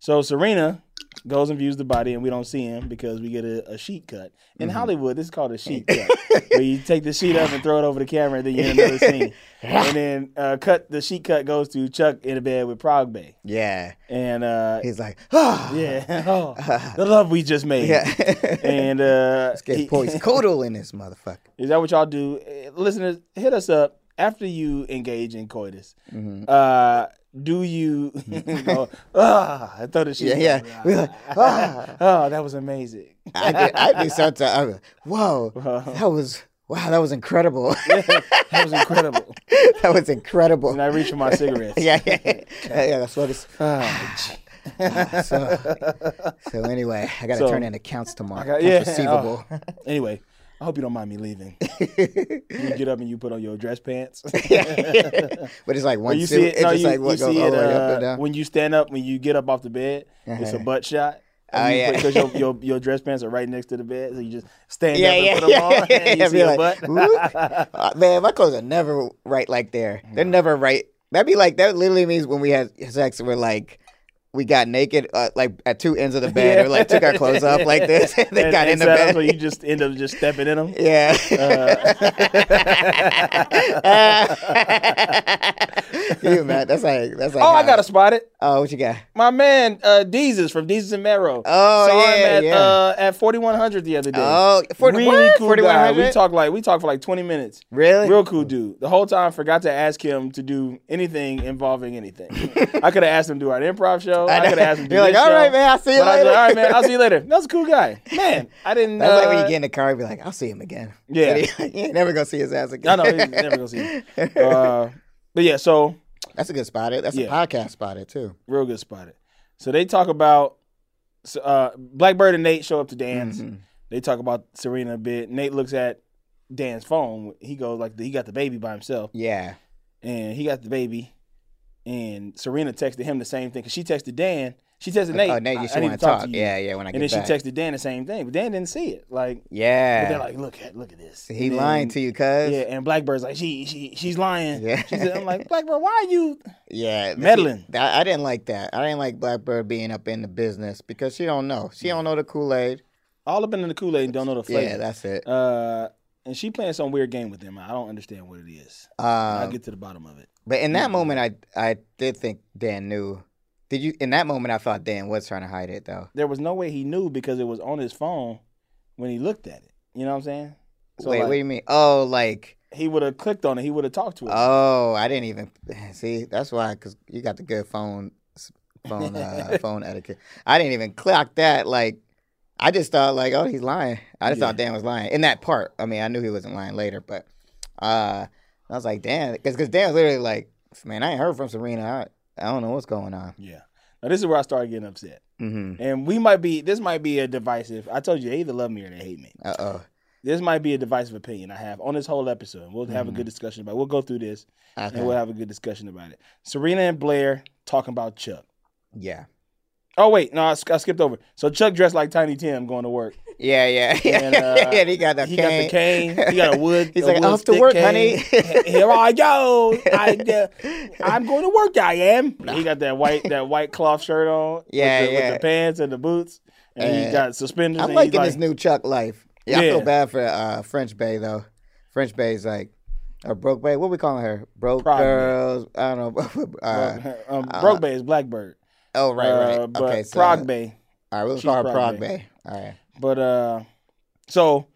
S1: So Serena goes and views the body, and we don't see him because we get a, a sheet cut. In
S2: Mm-hmm.
S1: Hollywood, this is called a sheet cut, where you take the sheet up and throw it over the camera, and then you're in another scene. And then uh, cut the sheet cut goes to Chuck in a bed with Prague Bay,
S2: yeah,
S1: and uh,
S2: he's like, ah,
S1: yeah, oh, the love we just made.
S2: yeah.
S1: And uh,
S2: Get
S1: he-
S2: poised codal in this motherfucker.
S1: Is that what y'all do? Eh, Listeners, hit us up after you engage in coitus.
S2: Mm-hmm.
S1: Uh, do you go, ah, I thought it
S2: Yeah,
S1: should
S2: yeah. We're like, ah.
S1: Oh, that was amazing.
S2: I did, I did sometimes. I was, Whoa, that was wow, that was incredible.
S1: That was incredible.
S2: that was incredible.
S1: and I reached for my cigarettes.
S2: yeah, yeah, yeah. yeah that's what it's.
S1: Ah, gee.
S2: So, so anyway, I gotta
S1: So-
S2: turn in accounts tomorrow.
S1: got-
S2: Accounts
S1: yeah, oh.
S2: receivable.
S1: Anyway, I hope you don't mind me leaving. you get up and you put on your dress pants.
S2: but it's like one
S1: you
S2: suit.
S1: see it.
S2: it's
S1: No,
S2: just
S1: you,
S2: like what
S1: you
S2: goes
S1: see
S2: all
S1: it
S2: the way up and
S1: uh,
S2: down.
S1: when you stand up. When you get up off the bed, it's a butt shot.
S2: Oh,
S1: And you
S2: yeah.
S1: Because your, your your dress pants are right next to the bed, so you just stand
S2: yeah,
S1: up and
S2: yeah,
S1: put them on,
S2: yeah,
S1: and you
S2: yeah,
S1: see
S2: be
S1: your
S2: like,
S1: butt.
S2: "Whoop." Uh, man, my clothes are never right like there. They're never right. That'd be like that. Literally means when we had sex, we're like. We got naked, uh, like at two ends of the bed, or like took our clothes off like this. and then
S1: And-
S2: got
S1: and
S2: in the
S1: so-
S2: bed.
S1: so you just end up just stepping in them.
S2: Yeah.
S1: Uh.
S2: you man, that's like that's like.
S1: Oh, I
S2: how-
S1: got to spot it.
S2: Oh, what you got?
S1: My man, uh, Deezus from Deezus and Marrow.
S2: Oh,
S1: Saw
S2: yeah,
S1: him at,
S2: yeah.
S1: Uh, at 4100 the other day.
S2: Oh, 40
S1: really
S2: what?
S1: cool guy.
S2: 4100?
S1: We talked like we talked for like 20 minutes.
S2: Really?
S1: Real cool dude. The whole time forgot to ask him to do anything involving anything. I could have asked him to do our improv show. Oh, I,
S2: know.
S1: could have asked him to
S2: You're
S1: do
S2: like,
S1: this
S2: "All
S1: show."
S2: right, man, I'll see you
S1: But I was
S2: later.
S1: like, All right, man, I'll see you later. That was a cool guy. Man, I didn't
S2: That's like when
S1: uh,
S2: you get in the car and be like, "I'll see him again."
S1: Yeah.
S2: And he- you ain't never gonna see his ass again.
S1: I know, he's never gonna see him. Uh, but yeah, so
S2: That's a good spotter. That's
S1: Yeah.
S2: a podcast spotter too.
S1: real good spotted. So they talk about so, uh, Blackbird and Nate show up to Dan's.
S2: Mm-hmm.
S1: They talk about Serena a bit. Nate looks at Dan's phone. He goes like he got the baby by himself,
S2: Yeah.
S1: and he got the baby. And Serena texted him the same thing because she texted Dan. She texted Nate.
S2: oh, Nate,
S1: I-
S2: you
S1: I
S2: should
S1: need
S2: want
S1: to
S2: to talk.
S1: to you."
S2: yeah, yeah. When I get
S1: And then
S2: back.
S1: she texted Dan the same thing, but Dan didn't see it. Like, but
S2: Yeah.
S1: they're like, look at, look at this.
S2: he
S1: And
S2: lying
S1: then-
S2: to you, cuz.
S1: Yeah, and Blackbird's like, she, she, she's lying.
S2: Yeah.
S1: She said, I'm like, Blackbird, why are you?
S2: Yeah, see,
S1: Meddling.
S2: that- I didn't like that. I didn't like Blackbird being up in the business because she don't know. She don't know the Kool Aid.
S1: all up in the Kool Aid and don't know the flavor.
S2: Yeah, that's it.
S1: Uh, and she playing some weird game with him. I don't understand what it is. I'll
S2: Um,
S1: Uh, get to the bottom of it.
S2: but in that moment, I I did think Dan knew. Did you? In that moment, I thought Dan was trying to hide it though.
S1: There was no way he knew because it was on his phone when he looked at it. You know what I'm saying? So
S2: Wait,
S1: like,
S2: what do you mean? Oh, like
S1: he would have clicked on it. He would have talked to it.
S2: oh, I didn't even see. That's why, cause you got the good phone phone uh, phone etiquette. I didn't even clock that. Like, I just thought like, oh, he's lying. I just thought Dan was lying in that part. I mean, I knew he wasn't lying later, but uh, I was like, Dan, because cause Dan was literally like, man, I ain't heard from Serena. I, I don't know what's going on.
S1: yeah. Now this is where I started getting upset.
S2: Mm-hmm.
S1: And we might be this might be a divisive. I told you they either love me or they hate me.
S2: Uh oh.
S1: This might be a divisive opinion I have on this whole episode. We'll have a good discussion about. It. We'll go through this
S2: Mm-hmm. Okay.
S1: and we'll have a good discussion about it. Serena and Blair talking about Chuck.
S2: yeah.
S1: Oh wait, no, I, sk- I skipped over. So Chuck dressed like Tiny Tim going to work.
S2: Yeah, yeah, yeah.
S1: And, uh,
S2: yeah, he got that
S1: he
S2: cane.
S1: got the cane. He got a wood.
S2: He's
S1: a
S2: like,
S1: wood
S2: off to
S1: stick
S2: work,
S1: cane.
S2: honey.
S1: Here I go. I, uh, I'm going to work. I am. He got that white that white cloth shirt on.
S2: Yeah,
S1: with the,
S2: yeah.
S1: With the pants and the boots, and he
S2: Uh,
S1: got suspenders.
S2: I'm
S1: and
S2: liking
S1: he's
S2: this new Chuck life. Yeah, I
S1: Yeah.
S2: feel bad for uh, French Bay though. French Bay's like, or Broke Bay. What we calling her? Broke
S1: Probably.
S2: girls. I don't know. uh,
S1: um, Broke Bay is Blackbird.
S2: oh right, right.
S1: Uh, but
S2: okay, so
S1: Prog Bay.
S2: All right, we'll
S1: she's
S2: call her
S1: Prog
S2: Prog
S1: Bay.
S2: Bay. All right.
S1: But uh, so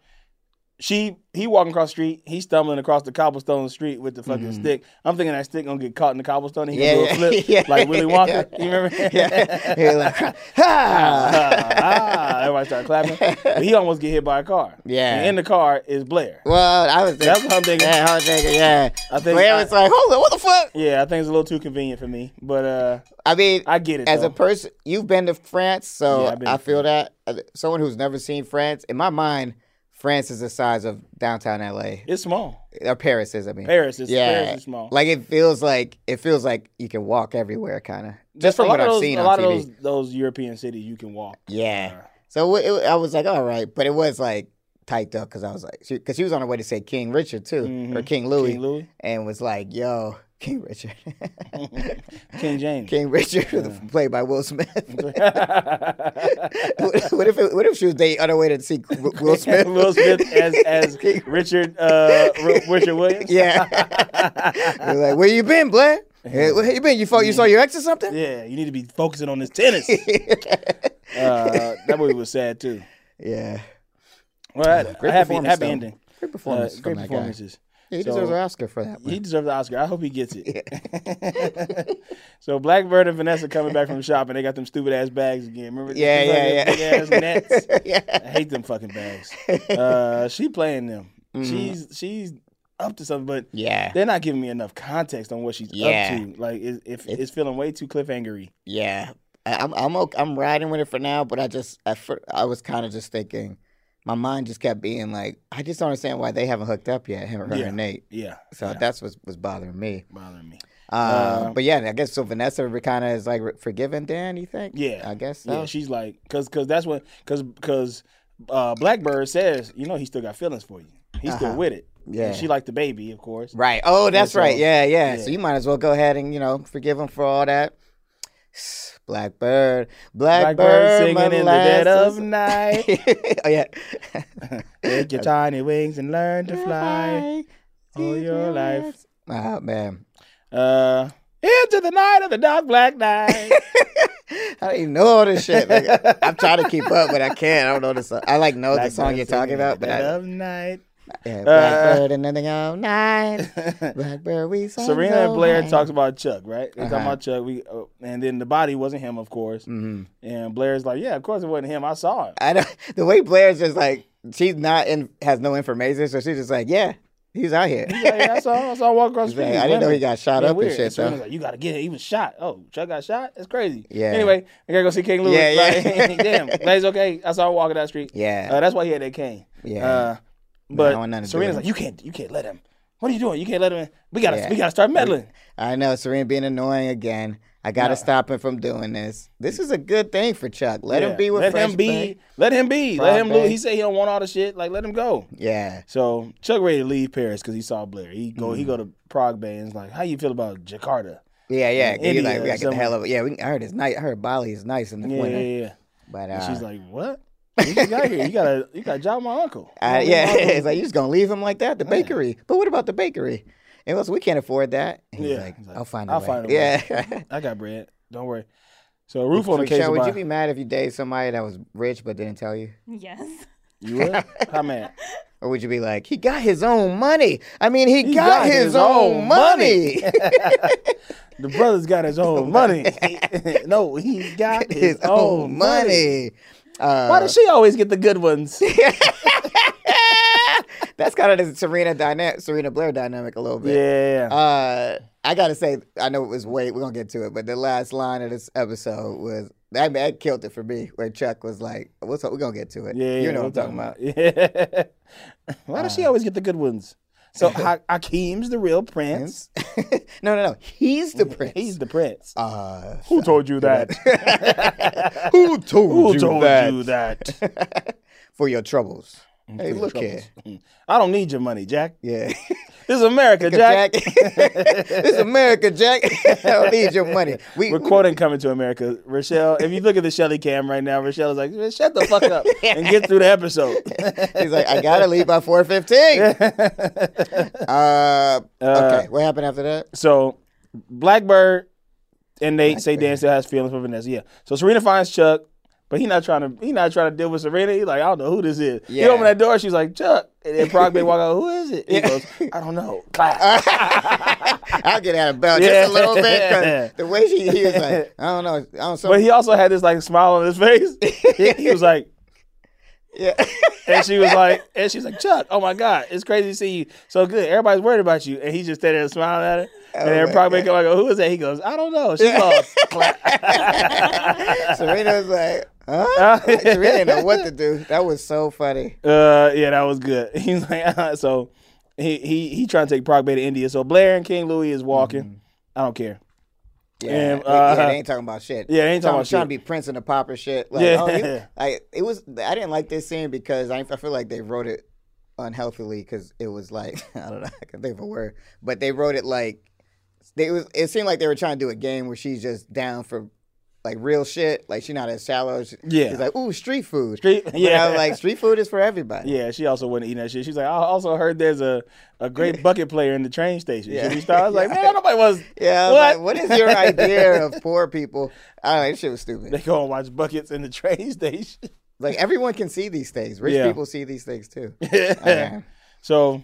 S1: she he walking across the street. He's stumbling across the cobblestone street with the fucking stick. I'm thinking that stick gonna get caught in the cobblestone. He
S2: Mm-hmm. Yeah,
S1: gonna
S2: yeah,
S1: do a flip
S2: yeah.
S1: like Willy Wonka. You remember?
S2: Yeah. He like,
S1: Uh,
S2: ha!
S1: ah, everybody started clapping. But he almost get hit by a car.
S2: Yeah.
S1: And in the car is Blair.
S2: Well, I was. Thinking,
S1: That's what I'm thinking.
S2: Yeah, I was thinking. Yeah.
S1: I think
S2: Blair
S1: I-
S2: was like, hold on, what the fuck?
S1: Yeah, I think it's a little too convenient for me, but uh,
S2: I mean,
S1: I get it.
S2: as
S1: though.
S2: a person, you've been to France, so
S1: Yeah, I've been to
S2: I feel that as someone who's never seen France, in my mind, France is the size of downtown LA
S1: it's small.
S2: or Paris is. I mean,
S1: Paris is Paris is small.
S2: Like it feels like it feels like you can walk everywhere, kind of. Just
S1: a
S2: from
S1: lot
S2: what
S1: of
S2: I've
S1: those,
S2: seen
S1: a
S2: on
S1: lot
S2: TV.
S1: of those those European cities you can walk.
S2: Yeah. So it, it- I was like, all right, but it was like typed up because I was like, because she was on her way to say King Richard too, or Mm-hmm. King Louis,
S1: King Louis,
S2: and was like, yo, King Richard,
S1: King James.
S2: King Richard, played by Will Smith. what what if it, what if she was dating on her way to see Wi- Will Smith?
S1: Will Smith as as Richard uh, R- Richard Williams.
S2: yeah. They're like, where you been, Blair? Hey, where you been? You fought, you saw your ex or something?
S1: Yeah, you need to be focusing on this tennis. uh, that movie was sad too.
S2: Yeah.
S1: Well, I-
S2: Great
S1: I happy,
S2: performance,
S1: happy
S2: though.
S1: ending.
S2: Great
S1: Uh,
S2: performance from
S1: great
S2: that
S1: performances.
S2: guy. He
S1: So-
S2: deserves an Oscar for that.
S1: He
S2: One.
S1: deserves the Oscar. I hope he gets it. so Blackbird and Vanessa coming back from shopping. They got them stupid ass bags again. Remember?
S2: Yeah,
S1: These
S2: yeah,
S1: fucking
S2: yeah.
S1: Big ass nets.
S2: yeah.
S1: I hate them fucking bags. Uh, she playing them. She's she's up to something, but
S2: Mm-hmm. Yeah.
S1: they're not giving me enough context on what she's
S2: Yeah.
S1: up to. Like, it, if it's feeling way too cliffhangery.
S2: Yeah. I- I'm I'm okay, I'm riding with it for now, but I just I, fir- I was kind of just thinking, my mind just kept being like, I just don't understand why they haven't hooked up yet, him her
S1: Yeah.
S2: and Nate.
S1: Yeah,
S2: So that's what was bothering me.
S1: bothering me.
S2: Uh, but yeah, I guess so. Vanessa kind of is like re- forgiving Dan. You think?
S1: Yeah,
S2: I guess so.
S1: Yeah, she's like, cause, cause that's what, cause, cause uh, Blackbird says, you know, he still got feelings for you. He's still with it.
S2: Uh-huh. Yeah.
S1: and she liked the baby, of course.
S2: Right. Oh, that's
S1: so-
S2: right. Yeah, yeah,
S1: yeah.
S2: So you might as well go ahead and you know forgive him for all that. Blackbird, Blackbird,
S1: Blackbird singing in the dead of
S2: molasses.
S1: night.
S2: oh yeah.
S1: Take your tiny wings and learn to fly all your life.
S2: Oh man,
S1: Uh, into the night of the dark black night.
S2: I don't even know all this shit. Like, I'm trying to keep up, but I can't. I don't know the song. I like know Oh, the song you're talking about, but I,
S1: I love night. Uh,
S2: yeah, Blackbird and nothing all night. Blackbird, we sang
S1: Serena and
S2: so
S1: Blair
S2: high.
S1: talks about Chuck, right? They talk about Chuck. We uh, and then the body wasn't him, of course. Mm-hmm. And Blair's like, yeah, of course it wasn't him. I saw him.
S2: I don't, the way Blair's just like she's not in has no information, so she's just like, yeah, he's out here.
S1: Yeah, yeah, I saw him. I saw him walk across the
S2: He's
S1: street.
S2: like,
S1: These
S2: I didn't know
S1: women.
S2: he got shot
S1: Yeah,
S2: up
S1: weird.
S2: and shit.
S1: Serena's
S2: Though.
S1: like, you gotta get it. He was shot. Oh, Chuck got shot. That's crazy.
S2: Yeah.
S1: Anyway, I gotta go see King Louis.
S2: Yeah, yeah.
S1: Like, damn, Blaze okay. I saw him walking down the street.
S2: Yeah.
S1: Uh, that's why he had that cane.
S2: Yeah.
S1: Uh,
S2: I want
S1: but
S2: nothing to do
S1: Serena's
S2: with
S1: like, you can't, you can't let him. What are you doing? You can't let him. In. We gotta,
S2: Yeah.
S1: we gotta start meddling.
S2: I know Serena being annoying again. I gotta stop him from doing this. This is a good thing for Chuck. Let
S1: Yeah.
S2: him be with
S1: let
S2: Fresh
S1: him be.
S2: Prince.
S1: Let him be. Let him
S2: Frog
S1: lose.
S2: Bank.
S1: He said he don't want all the shit. Like let him go.
S2: Yeah,
S1: So Chuck ready to leave Paris because he saw Blair. He go.
S2: Mm-hmm.
S1: He go to Prague. Band's like, how you feel about Jakarta?
S2: yeah, yeah. 'cause
S1: India
S2: you like, we
S1: or
S2: gotta get the hell over. Yeah, we, I heard it's nice. I heard Bali is nice in the
S1: Yeah, yeah,
S2: winter.
S1: yeah.
S2: But uh,
S1: And she's like, what? You just got here. You got a you got a job with my uncle.
S2: I, Uh, yeah, it's like you just gonna leave him like that. The bakery, but what about the bakery? And was we can't afford that. And he's
S1: Yeah.
S2: like,
S1: He's like,
S2: I'll find a
S1: "I'll
S2: way.
S1: find a way."
S2: yeah.
S1: "Oh, I got bread. Don't worry. So roof on the
S2: So,
S1: case.
S2: Sean, would
S1: about-
S2: you be mad if you dated somebody that was rich but didn't tell you,
S3: Yes.
S1: You would? How mad?
S2: or would you be like, he got his own money? I mean, he, got, his, own, money.
S1: The brother's got his own money. no, he got his, own money. Why does she always get the good ones?
S2: That's kind of the Serena dyna- Serena Blair dynamic a little bit.
S1: yeah.
S2: Uh, I gotta say, I know it was wait. We're gonna get to it, but the last line of this episode was that, that killed it for me. Where Chuck was like, "What's up? We're gonna get to it.
S1: yeah,
S2: you know what I'm talking about." Uh,
S1: Yeah. Why does she always get the good ones? So ha- Hakeem's the real prince.
S2: no, no, no. He's the prince.
S1: He's the prince.
S2: Uh,
S1: Who told you that?
S2: who told
S1: Who told you that?
S2: for your troubles? Hey,
S1: For your
S2: look
S1: troubles.
S2: here.
S1: I don't need your money, Jack.
S2: Yeah.
S1: This is America, Jack.
S2: Jack. this is America, Jack. I don't need your money. We,
S1: We're quoting Coming to America. Rochelle, if you look at the Shelly cam right now, Rochelle is like, "Man, shut the fuck up and get through the episode.
S2: He's like, I gotta leave by four fifteen. uh, okay, what happened after that?
S1: so, Blackbird and Nate say Dan still has feelings for Vanessa. Yeah. So, Serena finds Chuck, but he not trying to he not trying to deal with Serena. He's like, I don't know who this is. He
S2: Yeah.
S1: opened that door, she's like, Chuck. And then Prog Bay walk out, who is it? He goes, I don't know. Clap.
S2: I'll get out of bell
S1: Yeah.
S2: just a little bit 'cause the way she he was like, I don't know, I don't. Some,
S1: but he also had this like smile on his face. He- he was like,
S2: yeah.
S1: And she was like, and she's like, Chuck, oh my God, it's crazy to see you so good. Everybody's worried about you. And he just standing there smiling at her. And
S2: Oh
S1: then
S2: my
S1: probably come like, who is that? He goes, I don't know. She lost.
S2: Serena was like,
S1: Oh,
S2: huh? Serena didn't know what to do. That was so funny.
S1: Uh, yeah, that was good. He's like, uh, so he he he trying to take Prog Bay to India. So Blair and King Louis is walking.
S2: Mm-hmm.
S1: I don't care.
S2: Yeah,
S1: And,
S2: they, yeah, they
S1: uh,
S2: ain't talking about shit.
S1: yeah, they ain't talking about
S2: Trying
S1: shit.
S2: to be Prince and the pop and shit. Like,
S1: Yeah.
S2: oh, you- like it was. I didn't like this scene because I, I feel like they wrote it unhealthily because it was like I don't know. I can think of a word, but they wrote it like they was. It seemed like they were trying to do a game where she's just down for. Like real shit, like she not as shallow. She-
S1: Yeah.
S2: she's like, ooh, street food.
S1: Street-
S2: But
S1: yeah.
S2: I was like street food is for everybody.
S1: Yeah, she also wasn't eating that shit. She's like, I also heard there's a, a great bucket player in the train station. Should we start? I was like, man, nobody was.
S2: Yeah, I was like, what is your idea of poor people? I don't know, that shit was stupid.
S1: They go and watch buckets in the train station.
S2: Like everyone can see these things. Rich
S1: Yeah.
S2: people see these things too. Oh, Okay.
S1: So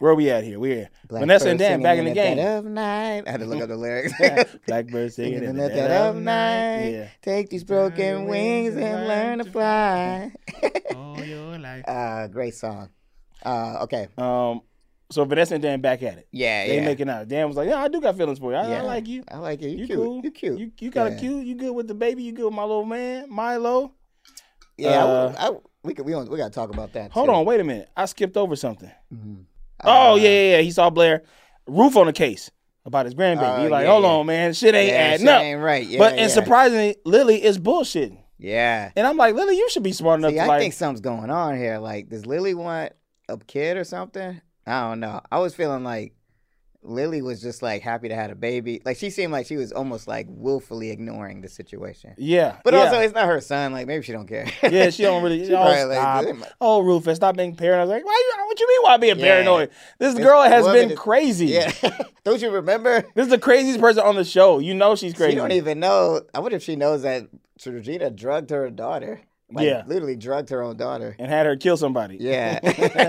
S1: where we at here? We're Vanessa and Dan
S2: Blackbird
S1: back in the game.
S2: singing dead of night. I had to look up the lyrics.
S1: Blackbird singing
S2: Singing
S1: in
S2: in
S1: the
S2: the
S1: dead of night. Yeah.
S2: Take these broken wings and learn to fly. uh, great song. Uh, okay.
S1: Um, so Vanessa and Dan back at it.
S2: Yeah,
S1: They
S2: yeah.
S1: making out. Dan was like, "Yeah, I do got feelings for you. I, I
S2: Yeah.
S1: like you.
S2: I like you. You,
S1: You
S2: cute.
S1: cool.
S2: You cute.
S1: You, you kind of
S2: Yeah.
S1: cute. You good with the baby. You good with my little man, Milo.
S2: Yeah,
S1: Uh,
S2: I, I, we could, we don't, we gotta talk about that.
S1: Hold
S2: too. Mm-hmm. Uh,
S1: on, wait a minute. I skipped over something. Oh yeah, yeah, yeah. He saw Blair. Roof on the case about his grandbaby.
S2: Oh,
S1: He like,
S2: yeah,
S1: hold
S2: yeah.
S1: on, man. Shit ain't
S2: Yeah,
S1: adding
S2: shit
S1: up.
S2: ain't right. Yeah,
S1: but and
S2: yeah.
S1: surprisingly, Lily is bullshitting.
S2: Yeah.
S1: And I'm like, Lily, you should be smart enough
S2: See,
S1: to
S2: I
S1: like.
S2: think something's going on here. Like, does Lily want a kid or something? I don't know. I was feeling like Lily was just like happy to have a baby. Like she seemed like she was almost like willfully ignoring the situation.
S1: yeah,
S2: But
S1: yeah.
S2: also, it's not her son. Like maybe she don't care.
S1: Yeah, she don't really.
S2: She
S1: oh,
S2: probably like,
S1: stop.
S2: "They might-"
S1: oh, Rufus, stop being paranoid. I was like, why? You, what you mean? Why being
S2: Yeah.
S1: paranoid? This
S2: This
S1: girl has
S2: woman
S1: been
S2: is-
S1: crazy.
S2: yeah. don't you remember?
S1: This is the craziest person on the show. You know she's crazy.
S2: She don't even know. I wonder if she knows that Regina drugged her daughter. Like,
S1: Yeah.
S2: literally drugged her own daughter.
S1: and had her kill somebody.
S2: Yeah,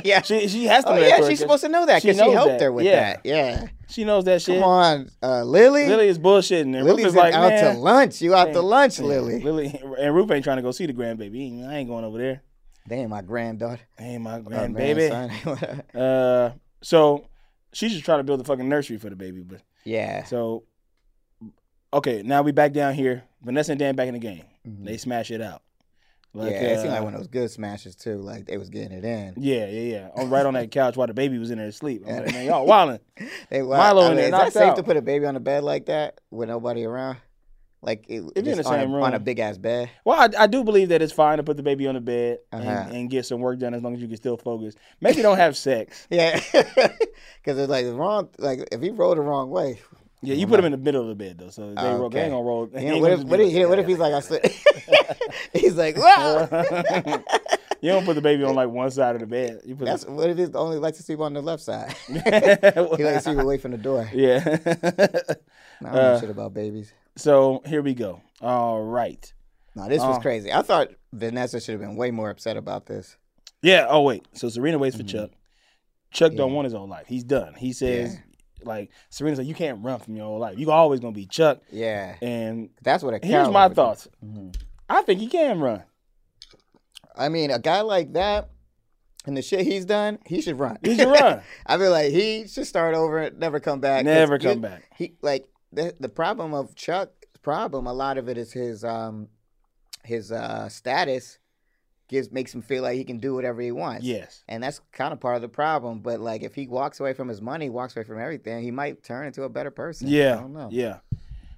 S2: yeah.
S1: She she has to.
S2: oh
S1: know
S2: yeah,
S1: that
S2: she's
S1: for-
S2: supposed to know that because she,
S1: knows
S2: helped
S1: that.
S2: her with
S1: yeah.
S2: that. Yeah.
S1: She knows that shit.
S2: Come on, uh, Lily.
S1: Lily is bullshitting. And Rufus
S2: Lily's
S1: is like,
S2: out
S1: man.
S2: to lunch. You out to lunch, Lily.
S1: Lily and Roof ain't trying to go see the grandbaby. He ain't- I ain't going over there.
S2: They ain't my granddaughter. Oh,
S1: Hey, my
S2: or
S1: grandbaby.
S2: grandson.
S1: Uh, so she's just trying to build a fucking nursery for the baby. But
S2: yeah.
S1: so, okay, now we back down here. Vanessa and Dan back in the game. They smash it out. Like,
S2: Mm-hmm. yeah, it seemed like
S1: uh,
S2: one of those good smashes too. Like they was getting it in.
S1: yeah, yeah, yeah. I'm right on that couch while the baby was in there asleep. I'm like, man, y'all wildin'.
S2: They, wow,
S1: Milo in there
S2: is that
S1: knocked
S2: safe
S1: out.
S2: to put a baby on a bed like that with nobody around? Like it,
S1: in
S2: just
S1: the
S2: on,
S1: same
S2: a,
S1: room.
S2: on a big ass bed.
S1: Well, I, I do believe that it's fine to put the baby on the bed
S2: Uh-huh.
S1: and, and get some work done as long as you can still focus. Maybe don't have sex.
S2: Yeah, because it's like the wrong. Like if he rolled the wrong way,
S1: Yeah, you put them in the middle of the bed though, so they,
S2: Uh-huh. Oh,
S1: roll, they ain't
S2: okay.
S1: gonna roll. they
S2: You know,
S1: ain't
S2: what,
S1: gonna
S2: if,
S1: just
S2: what,
S1: be
S2: if, yeah,
S1: like,
S2: what if he's like, I slid? he's like, wow.
S1: you don't put the baby on like one side of the bed. You put
S2: That's what if he only likes to sleep on the left side. he likes to
S1: the-
S2: sleep away from the door.
S1: yeah.
S2: I don't know
S1: Uh,
S2: shit about babies.
S1: so here we go. All right.
S2: No, this was
S1: Oh.
S2: crazy. I thought Vanessa should have been way more upset about this.
S1: Yeah. Oh wait. So Serena waits
S2: Mm-hmm.
S1: for Chuck. Chuck don't want his own life. He's done. He says, like Serena's like, you can't run from your whole life. You always gonna be Chuck.
S2: Yeah,
S1: And
S2: that's what a
S1: here's
S2: coward
S1: my
S2: would do.
S1: thoughts.
S2: Mm-hmm.
S1: I think he can run.
S2: I mean, a guy like that and the shit he's done, he should run.
S1: He should run.
S2: I feel like he should start over, never come back. 'Cause
S1: Never
S2: you-
S1: come back.
S2: He like the the problem of Chuck's problem. A lot of it is his um his uh status gives makes him feel like he can do whatever he wants.
S1: Yes.
S2: And that's kind of part of the problem. But like, if he walks away from his money, walks away from everything, he might turn into a better person.
S1: Yeah.
S2: I don't know.
S1: Yeah.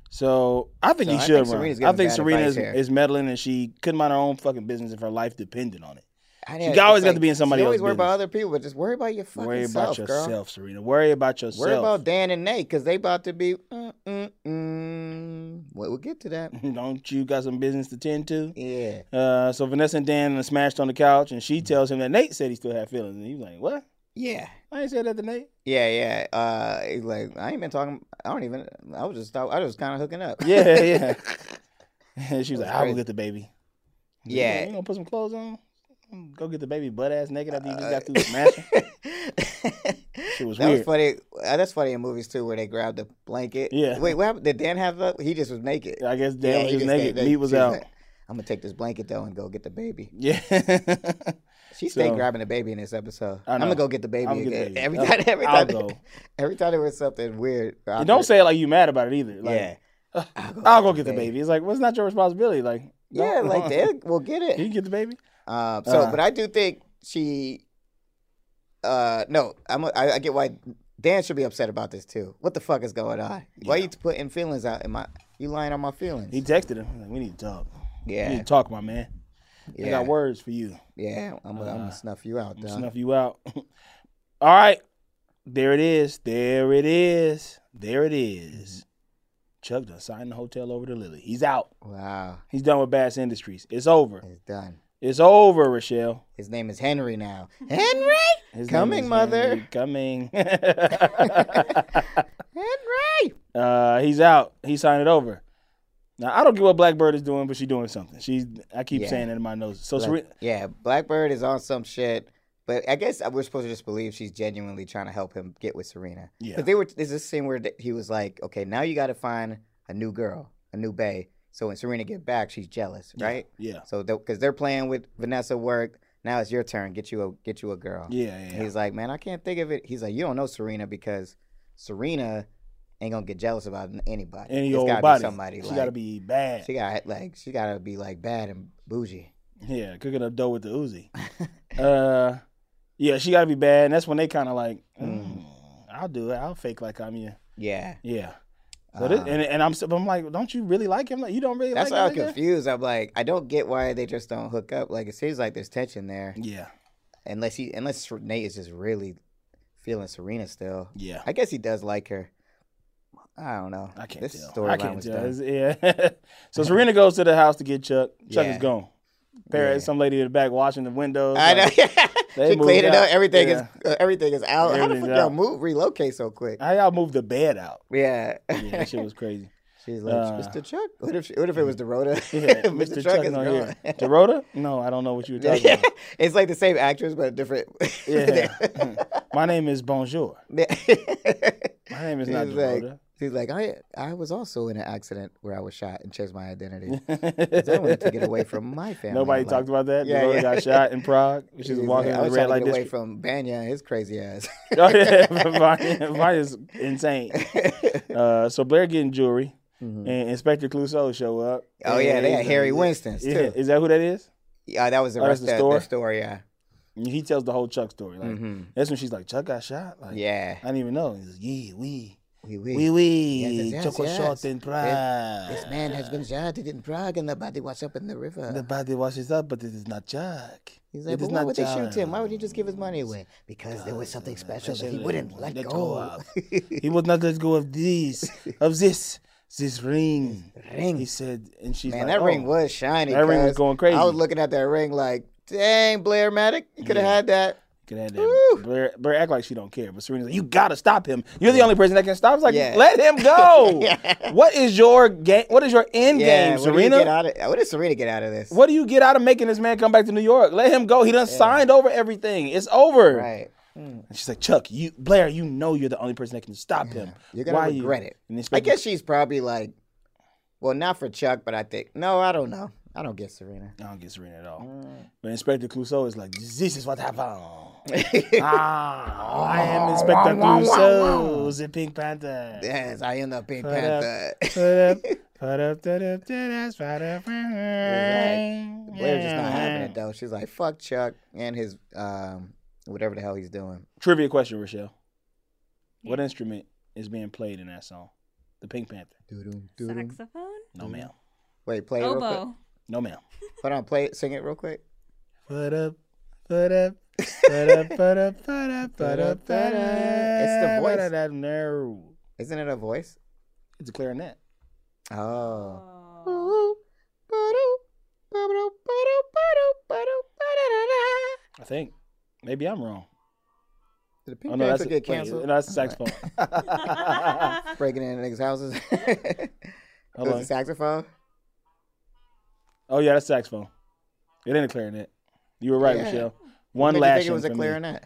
S1: So I think
S2: So
S1: he
S2: I
S1: should
S2: think Serena's
S1: run.
S2: giving
S1: I think
S2: bad
S1: Serena
S2: advice
S1: is,
S2: here.
S1: is meddling and she couldn't mind her own fucking business if her life depended on it.
S2: I
S1: She
S2: know, it's
S1: always got to be in somebody
S2: You always
S1: else's
S2: worry about
S1: business.
S2: other people, but just worry about your fucking
S1: Worry about
S2: self,
S1: yourself,
S2: girl.
S1: Serena. Worry about yourself.
S2: Worry about Dan and Nate because they about to be. Mm, mm, mm. Well, we'll get to that.
S1: Don't you got some business to tend to?
S2: Yeah.
S1: Uh, so Vanessa and Dan are smashed on the couch, and she tells him that Nate said he still had feelings, and he's like, "What?
S2: Yeah.
S1: I ain't said that to Nate."
S2: Yeah, yeah. Uh, he's like I ain't been talking. I don't even. I was just. I was just kind of hooking up.
S1: Yeah, yeah. and she was like, "I will
S2: crazy.
S1: get the baby." You gonna-
S2: Yeah.
S1: you gonna put some clothes on? Go get the baby butt ass naked after you just got through smashing. Shit was
S2: Uh, that
S1: weird.
S2: was funny. Uh, that's funny in movies too, where they grab the blanket.
S1: Yeah.
S2: Wait, what happened? Did Dan have the? He just was naked.
S1: I guess Dan
S2: Yeah,
S1: was
S2: he
S1: just
S2: just
S1: naked.
S2: stayed-
S1: Meat was
S2: she
S1: out.
S2: like, I'm gonna take this blanket though and go get the baby.
S1: yeah.
S2: She stayed
S1: So-
S2: grabbing the baby in this episode.
S1: I
S2: I'm
S1: know.
S2: gonna go get the baby
S1: I'ma get the
S2: again.
S1: baby.
S2: Every
S1: I'll-
S2: time, every
S1: I'll
S2: time,
S1: go.
S2: every time there was something weird.
S1: and don't
S2: awkward.
S1: say it like you mad about it either. Like,
S2: yeah,
S1: I'll go get the baby. It's like, well, it's not your responsibility. Like,
S2: yeah,
S1: don't-
S2: like that. We'll get it.
S1: you can get the baby.
S2: Um, so,
S1: Uh-huh.
S2: but I do think she. Uh, no, I'm. A, I, I get why Dan should be upset about this too. What the fuck is going on? Why you putting feelings out? in my you lying on my feelings?
S1: He texted him. Like, we need to talk. We need
S2: yeah,
S1: to talk, my man.
S2: yeah,
S1: I got words for you.
S2: yeah. I'm, gonna I'm gonna snuff you out, dog.
S1: Snuff you out. All right. There it is. There it is. There it is.
S2: Mm-hmm.
S1: Chuck done signed the hotel over to Lily. He's out.
S2: Wow,
S1: He's done with Bass Industries. It's over.
S2: it's done.
S1: It's over, Rochelle.
S2: His name is Henry now. Henry,
S1: His name
S2: Coming,
S1: is
S2: mother.
S1: Henry. Coming.
S2: Henry.
S1: uh, he's out. He signed it over. Now I don't get what Blackbird is doing, but she's doing something. She's I keep
S2: Yeah.
S1: saying it in my nose. So
S2: Black-
S1: Serena,
S2: yeah, Blackbird is on some shit. But I guess we're supposed to just believe she's genuinely trying to help him get with Serena.
S1: Yeah.
S2: But they were. There's this scene where th- he was like, "Okay, now you got to find a new girl, a new bae." So when Serena get back, she's jealous, right?
S1: yeah.
S2: So because they're playing with Vanessa work. Now it's your turn. Get you a get you a girl.
S1: Yeah, yeah,
S2: And
S1: yeah.
S2: He's like, man, I can't think of it. He's like, you don't know Serena because Serena ain't gonna get jealous about anybody.
S1: any
S2: It's
S1: old
S2: gotta
S1: body.
S2: Be somebody.
S1: she
S2: like-
S1: gotta be bad.
S2: She got like she gotta be like bad and bougie.
S1: Yeah, cooking up dough with the Uzi. uh, yeah, she got to be bad, and that's when they kind of like, "Mm, I'll do it. I'll fake like I'm you.
S2: Yeah.
S1: Yeah. So this, and and I'm s- but I'm like, don't you really like him? Like, you don't really
S2: Uh. That's
S1: like
S2: why I'm
S1: him? nigga?"
S2: confused. I'm like, I don't get why they just don't hook up. Like it seems like there's tension there,
S1: Yeah,
S2: unless he, unless Nate is just really feeling Serena still.
S1: yeah.
S2: I guess he does like her. I don't know.
S1: I can't
S2: this
S1: tell. I
S2: storyline
S1: can't
S2: was
S1: tell.
S2: done.
S1: It's- Yeah. so Serena goes to the house to get Chuck. Chuck
S2: Yeah.
S1: is gone. Paris, some lady in the back washing the windows.
S2: I know.
S1: like,
S2: she
S1: moved
S2: cleaned it
S1: out.
S2: up. Everything
S1: Yeah.
S2: is uh, everything is out. How the
S1: Everything's
S2: fuck y'all
S1: out.
S2: move relocate so quick?
S1: How y'all moved the bed out?
S2: Yeah.
S1: Yeah, that shit was crazy.
S2: She's like,
S1: Uh,
S2: Mr. Chuck. What if she, what if it was Dorota?
S1: Yeah, Mr. Chuck is not here. Dorota? No, I don't know what you were talking about.
S2: it's like the same actress but a different.
S1: Yeah. My name is Bonjour. My name is not
S2: She's like,
S1: Dorota.
S2: she's like, I I was also in an accident where I was shot and changed my identity. 'Cause I wanted to get away from my family.
S1: Nobody
S2: Like,
S1: talked about that.
S2: Yeah,
S1: Dorota
S2: yeah.
S1: got shot in Prague. She
S2: she's
S1: was
S2: like,
S1: walking
S2: I
S1: in
S2: was
S1: the red
S2: trying to
S1: light
S2: get away
S1: district.
S2: from Banya and his crazy ass.
S1: oh yeah, Vanya, Vanya's insane. Uh, so Blair getting jewelry, and Inspector Clouseau show up.
S2: Mm-hmm. Oh, yeah,
S1: And
S2: they had
S1: he's
S2: Harry Winston's,
S1: Yeah,
S2: too.
S1: is that who that is?
S2: yeah, that was the
S1: Oh, that's
S2: rest
S1: the
S2: of
S1: store?
S2: the story. Yeah,
S1: And He tells the whole Chuck story. Like that's when she's like, Chuck got shot. Like,
S2: Mm-hmm. yeah.
S1: I didn't even know. He's like, yeah, we.
S2: Wee
S1: Wee wee,
S2: Yes, yes,
S1: chocolate
S2: yes. Ah.
S1: shot in
S2: This-
S1: Prague.
S2: This man has been shouted in Prague and the body was up in the river.
S1: The body washes up, but it is not Jack.
S2: He's like,
S1: it is
S2: but why
S1: not
S2: would they shoot him? Why
S1: Jack.
S2: would he just give his money away? Because there was something special that he wouldn't let
S1: Let
S2: go
S1: go
S2: of.
S1: he would not let go of this, of this, this ring.
S2: ring.
S1: He said, and she's
S2: Man,
S1: like,
S2: that ring
S1: "Oh."
S2: was shiny.
S1: That ring was
S2: cuz.
S1: going crazy.
S2: I was looking at that ring like, dang, Blair Matic, you could have had that.
S1: Get at him. Blair, Blair act like she don't care, but Serena's like, you gotta stop him. You're the only person that can stop. It's like,
S2: Yeah.
S1: let him go. What is your game? What is your end game,
S2: what do you
S1: Serena?
S2: get out of, what did Serena get out of this?
S1: what do you get out of making this man come back to New York? Let him go. He done signed over everything. It's over.
S2: Right.
S1: And she's like, Chuck, you Blair, you know you're the only person that can stop him.
S2: You're gonna
S1: Why you-
S2: regret it.
S1: And it's
S2: I
S1: like-
S2: guess she's probably like, well, not for Chuck, but I think no, I don't know. I don't get Serena.
S1: I don't get Serena at all.
S2: Mm.
S1: But Inspector Clouseau is like, this is what happened. ah, I am
S2: Oh,
S1: Inspector Clouseau, the Pink Panther.
S2: Yes, I am the Pink Panther.
S1: Blair's
S2: Blair's just not having it though. She's like, fuck Chuck and his um whatever the hell he's doing.
S1: Trivia question, Rochelle. What instrument is being played in that song? The Pink Panther.
S2: Doo-doo, doo-doo.
S3: Saxophone?
S1: No
S2: Mm-hmm.
S1: ma'am.
S2: Wait, play it real quick.
S3: Oboe.
S1: No ma'am.
S2: Hold on, play it, sing it real quick.
S1: Put up, put up. It's the
S2: voice.
S1: No.
S2: Isn't it a voice?
S1: It's a clarinet.
S2: Oh.
S1: I think. Maybe I'm wrong.
S2: Did the Pink
S1: oh no, that's
S2: Panther
S1: a,
S2: get
S1: wait,
S2: canceled?
S1: no, that's a saxophone.
S2: Breaking into niggas' houses. it
S1: Hold
S2: was
S1: on.
S2: a saxophone.
S1: Oh yeah, that's saxophone. It ain't a clarinet. You were right,
S2: Yeah.
S1: Michelle. One
S2: Made you
S1: lashing
S2: think it was a
S1: from me.
S2: clarinet.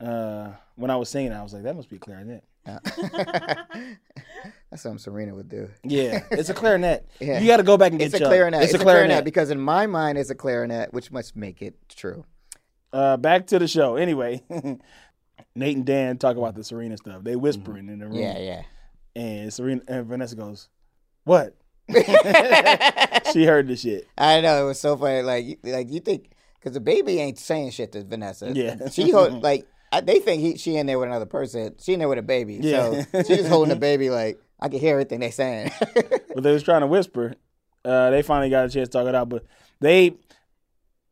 S1: Uh, when I was singing, I was like, "That must be a clarinet."
S2: That's something Serena would do.
S1: Yeah, it's a clarinet.
S2: Yeah.
S1: You got to go back and get
S2: It's a
S1: Chuck.
S2: clarinet.
S1: It's, a clarinet.
S2: because in my mind it's a clarinet, which must make it true.
S1: Uh, back to the show. Anyway, Nate and Dan talk about the Serena stuff. They whispering in the room,
S2: Mm-hmm. Yeah, yeah.
S1: and Serena and Vanessa goes, "What?" she heard the shit.
S2: I know it was so funny. Like, you- like you think because the baby ain't saying shit to Vanessa.
S1: Yeah.
S2: she hold, like I, they think he, she in there with another person. She in there with a baby.
S1: Yeah.
S2: So she's holding the baby. Like I can hear everything they saying.
S1: but they was trying to whisper. Uh, they finally got a chance to talk it out, but they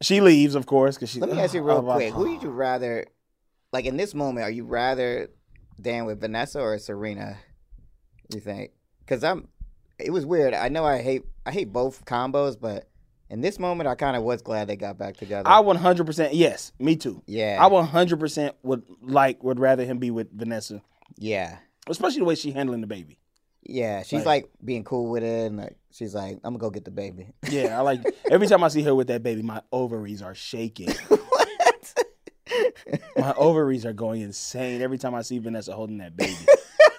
S1: she leaves, of course, because she.
S2: Let me ask you real
S1: Oh, my-
S2: quick. Who would you rather, like in this moment, are you rather Dan with Vanessa or Serena? You think? Because I'm, it was weird. I know I hate I hate both combos, but in this moment, I kind of was glad they got back together.
S1: I 100% yes, me too.
S2: Yeah.
S1: I 100% would like would rather him be with Vanessa,
S2: yeah,
S1: especially the way she handling the baby.
S2: yeah. She's like, being cool with it, and like she's like, I'm gonna go get the baby.
S1: Yeah, I like every time I see her with that baby, my ovaries are shaking.
S2: what?
S1: My ovaries are going insane every time I see Vanessa holding that baby.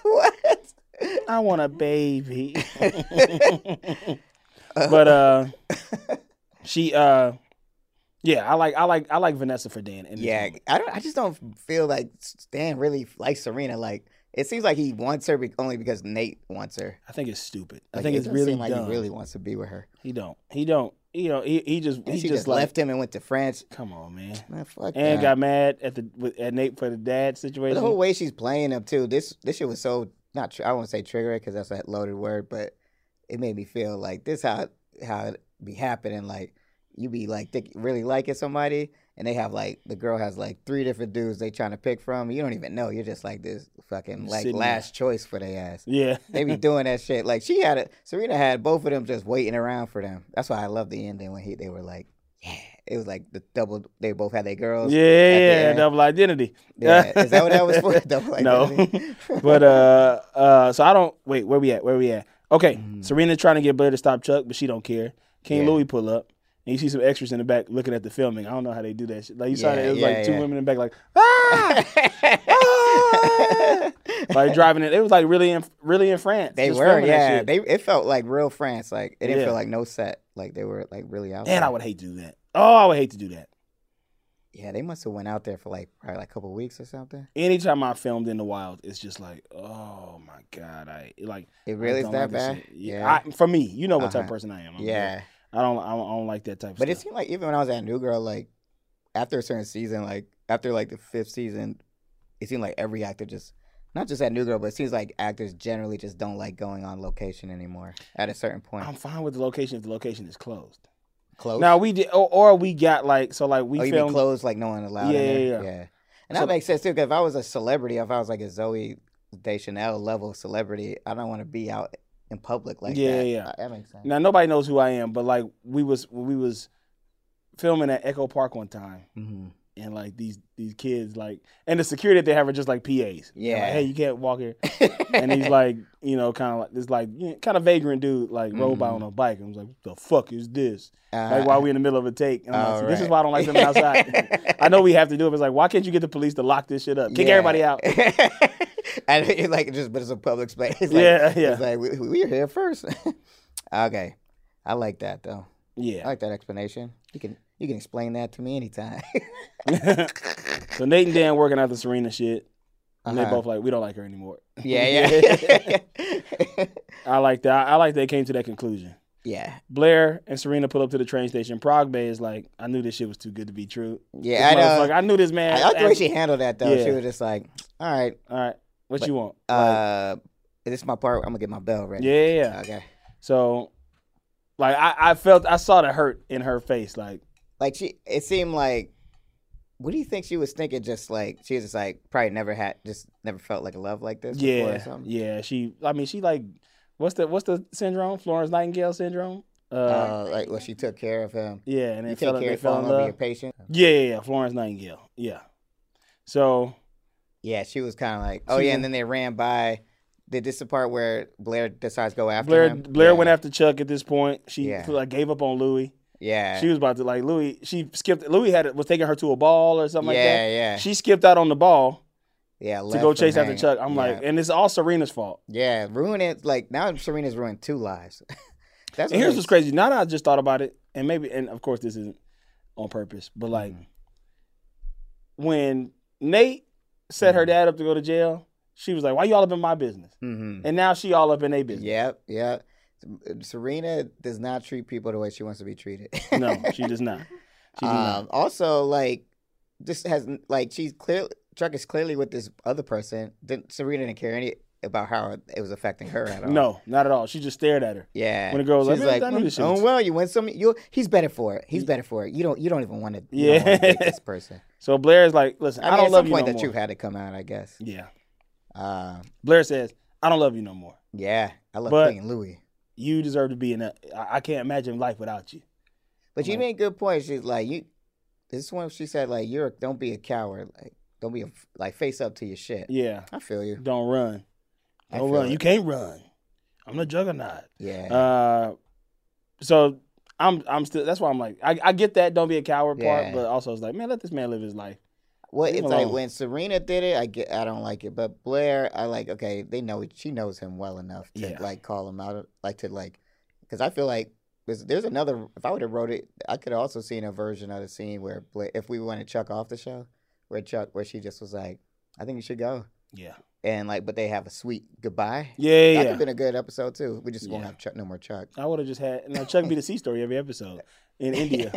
S2: what?
S1: I want a baby. but uh she uh yeah, I like I like I like Vanessa for Dan. in this
S2: Yeah,
S1: moment.
S2: I don't. I just don't feel like Stan really likes Serena. Like it seems like he wants her be- only because Nate wants her.
S1: I think it's stupid. I
S2: Like,
S1: think
S2: it
S1: it's
S2: doesn't
S1: really
S2: seem like
S1: dumb.
S2: he really wants to be with her.
S1: He don't. He don't. You know. He, he just
S2: And
S1: he
S2: she
S1: just,
S2: just
S1: like,
S2: left him and went to France.
S1: Come on, man.
S2: Man, fuck
S1: And
S2: that.
S1: got mad at the with, at Nate for the dad
S2: But
S1: situation.
S2: the whole way she's playing him too. This this shit was so not. Tr- I won't say triggering because that's that loaded word, but it made me feel like this how how it be happening. Like you be like think, really liking somebody, and they have like the girl has like three different dudes they trying to pick from. You don't even know. You're just like this fucking like
S1: sitting there.
S2: last choice for their ass.
S1: yeah.
S2: they be doing that shit. Like she had a Serena had both of them just waiting around for them. That's why I love the ending when he they were like, yeah, it was like the double. They both had their girls.
S1: Yeah,
S2: at the
S1: yeah,
S2: end.
S1: double identity.
S2: Yeah, is that what that was for? Double identity?
S1: No, but uh, uh, so I don't wait. Where we at? Where we at? Okay, Serena trying to get Blair to stop Chuck, but she don't care. King
S2: Mm. Yeah.
S1: Louis pull up, and you see some extras in the back looking at the filming. I don't know how they do that. Shit. Like you saw
S2: Yeah,
S1: that it was
S2: yeah,
S1: like two
S2: yeah.
S1: women in the back, like ah, ah! like driving it. It was like really in really in France.
S2: they
S1: just
S2: were,
S1: filming that
S2: yeah.
S1: shit.
S2: They it felt like real France. Like it didn't
S1: Yeah.
S2: feel like no set. Like they were like really out.
S1: Man,
S2: there.
S1: I would hate to do that. Oh, I would hate to do that.
S2: Yeah, they must have went out there for like probably like a couple weeks or something.
S1: Anytime I filmed in the wild, it's just like, oh my god, I like.
S2: It
S1: I
S2: really is
S1: don't
S2: that
S1: this
S2: bad?
S1: shit. Yeah,
S2: Yeah.
S1: I, for me, you know what type
S2: Uh-huh.
S1: of person I am. I'm
S2: Yeah.
S1: weird. I don't, I don't, I don't like that type. of
S2: But it
S1: stuff.
S2: seemed like even when I was at New Girl, like after a certain season, like after like the fifth season, it seemed like every actor just not just at New Girl, but it seems like actors generally just don't like going on location anymore. At a certain point,
S1: I'm fine with the location if the location is closed.
S2: close.
S1: Now we did, or, or we got like so like we
S2: oh, you mean
S1: filmed.
S2: closed, like no one allowed.
S1: Yeah,
S2: in
S1: yeah,
S2: there?
S1: yeah.
S2: And that makes sense too. Because if I was a celebrity, if I was like a Zoe Deschanel level celebrity, I don't want to be out in public like
S1: Yeah,
S2: that.
S1: yeah, yeah.
S2: Uh, that makes sense.
S1: Now nobody knows who I am, but like we was when we was filming at Echo Park one time,
S2: Mhm.
S1: and like these these kids like, and the security that they have are just like PAs. They're like,
S2: Yeah.
S1: hey, you can't walk here. and he's like, you know, kind of like this like you know, kind of vagrant dude like rode by on a bike. and was like, what the fuck is this?
S2: Mm-hmm. Uh,
S1: Like why we in the middle of a take? And I'm like,
S2: all
S1: this is
S2: right.
S1: why I don't like filming outside. I know we have to do it. But it's like why can't you get the police to lock this shit up? Kick
S2: Yeah.
S1: everybody out.
S2: and it's like just, but it's a public space. It's like,
S1: Yeah, yeah.
S2: It's like we, we are here first. okay, I like that though.
S1: Yeah.
S2: I like that explanation. You can you can explain that to me anytime. Uh-huh.
S1: So Nate and Dan working out the Serena shit, and they
S2: Uh-huh.
S1: both like we don't like her anymore.
S2: yeah, yeah,
S1: I like that. I, I like they came to that conclusion.
S2: yeah,
S1: Blair and Serena pull up to the train station. Prague Bay is like, I knew this shit was too good to be true. This
S2: yeah. I
S1: motherfucker-
S2: know.
S1: I knew this man.
S2: I like the way she handled that though. She
S1: Yeah.
S2: was just like, "All right,
S1: All right, what you want? Like,
S2: uh, this is my part. I'm gonna get my bell ready."
S1: yeah, yeah, yeah.
S2: Okay.
S1: So, like, I, I felt, I saw the hurt in her face. Like,
S2: Like she, it seemed like. What do you think she was thinking? Just like she was just like probably never had, just never felt like love like this. before or
S1: yeah,
S2: something.
S1: yeah. She, I mean, she like, what's the what's the syndrome? Florence Nightingale syndrome. Uh,
S2: Uh, like well, she took care of him.
S1: yeah, and they
S2: You take
S1: fell,
S2: care
S1: they
S2: of falling
S1: fell in
S2: over your
S1: love.
S2: patient.
S1: Yeah, yeah, yeah. Florence Nightingale. Yeah. So
S2: Yeah, she was kind of like, oh
S1: She-
S2: yeah, and then they ran by. Did this the part where Blair decides to go after
S1: Blair
S2: him?
S1: Blair
S2: yeah.
S1: went after Chuck at this point. She
S2: Yeah. Uh,
S1: like gave up on Louis.
S2: Yeah,
S1: She was about to like Louis. She skipped. Louis had was taking her to a ball or something like
S2: Yeah,
S1: that.
S2: yeah.
S1: She skipped out on the ball
S2: yeah,
S1: to
S2: left
S1: go
S2: him
S1: chase after
S2: hanging.
S1: Chuck. I'm
S2: yeah.
S1: like, eh. and it's all Serena's fault.
S2: yeah, ruin it. Like now, Serena's ruined two lives. That's
S1: And here's
S2: really-
S1: what's crazy. Now that I just thought about it, and maybe, and of course this isn't on purpose, but like
S2: Mm-hmm.
S1: when Nate set her dad up to go to jail, she was like, "Why you all up in my business?"
S2: Mhm.
S1: And now she all up in their business.
S2: Yep, yep. uh, Serena does not treat people the way she wants to be treated.
S1: No, she does not. She does not.
S2: Um, also, like, this has like she's clearly Chuck is clearly with this other person. Didn't, Serena didn't care any about how it was affecting her at all.
S1: No, not at all. She just stared at her.
S2: Yeah.
S1: When the girl was like,
S2: she's
S1: "Man,
S2: like,
S1: I knew this shit was-"
S2: oh well, you win some. You he's better for it. He's better for it. You don't you don't even want to.
S1: Yeah.
S2: Yeah. Date this person.
S1: So Blair is like, "Listen, I,
S2: mean,
S1: don't
S2: at
S1: love
S2: some
S1: you
S2: point
S1: no
S2: the
S1: more."
S2: truth had to come out. I guess.
S1: Yeah.
S2: Um,
S1: Blair says, "I don't love you no more.
S2: yeah. I love
S1: But-
S2: playing Louis.
S1: You deserve to be in a. I, I can't imagine life without you."
S2: But you made good points. She's like you. This is when she said like you're don't be a coward. Like don't be a, like face up to your shit.
S1: Yeah.
S2: I feel you.
S1: Don't run.
S2: I
S1: Don't
S2: feel
S1: run.
S2: it.
S1: You can't run. I'm the juggernaut.
S2: Yeah.
S1: Uh, so I'm I'm still. That's why I'm like, I, I get that. Don't be a coward
S2: Yeah.
S1: part, but also it's like, man, let this man live his life.
S2: Well,
S1: Leave
S2: it's
S1: him
S2: like
S1: alone.
S2: when Serena did it, I get, I don't like it, but Blair, I like. Okay, they know she knows him well enough to
S1: Yeah.
S2: like call him out, like to like, because I feel like there's, there's another. If I would have wrote it, I could have also seen a version of the scene where Blair, if we wanted Chuck off the show, where Chuck, where she just was like, I think you should go,
S1: Yeah.
S2: and like, but they have a sweet goodbye.
S1: Yeah.
S2: that could
S1: yeah.
S2: have been a good episode too. We just won't
S1: Yeah.
S2: have Chuck, no more Chuck.
S1: I would have just had now Chuck be the C story every episode in India,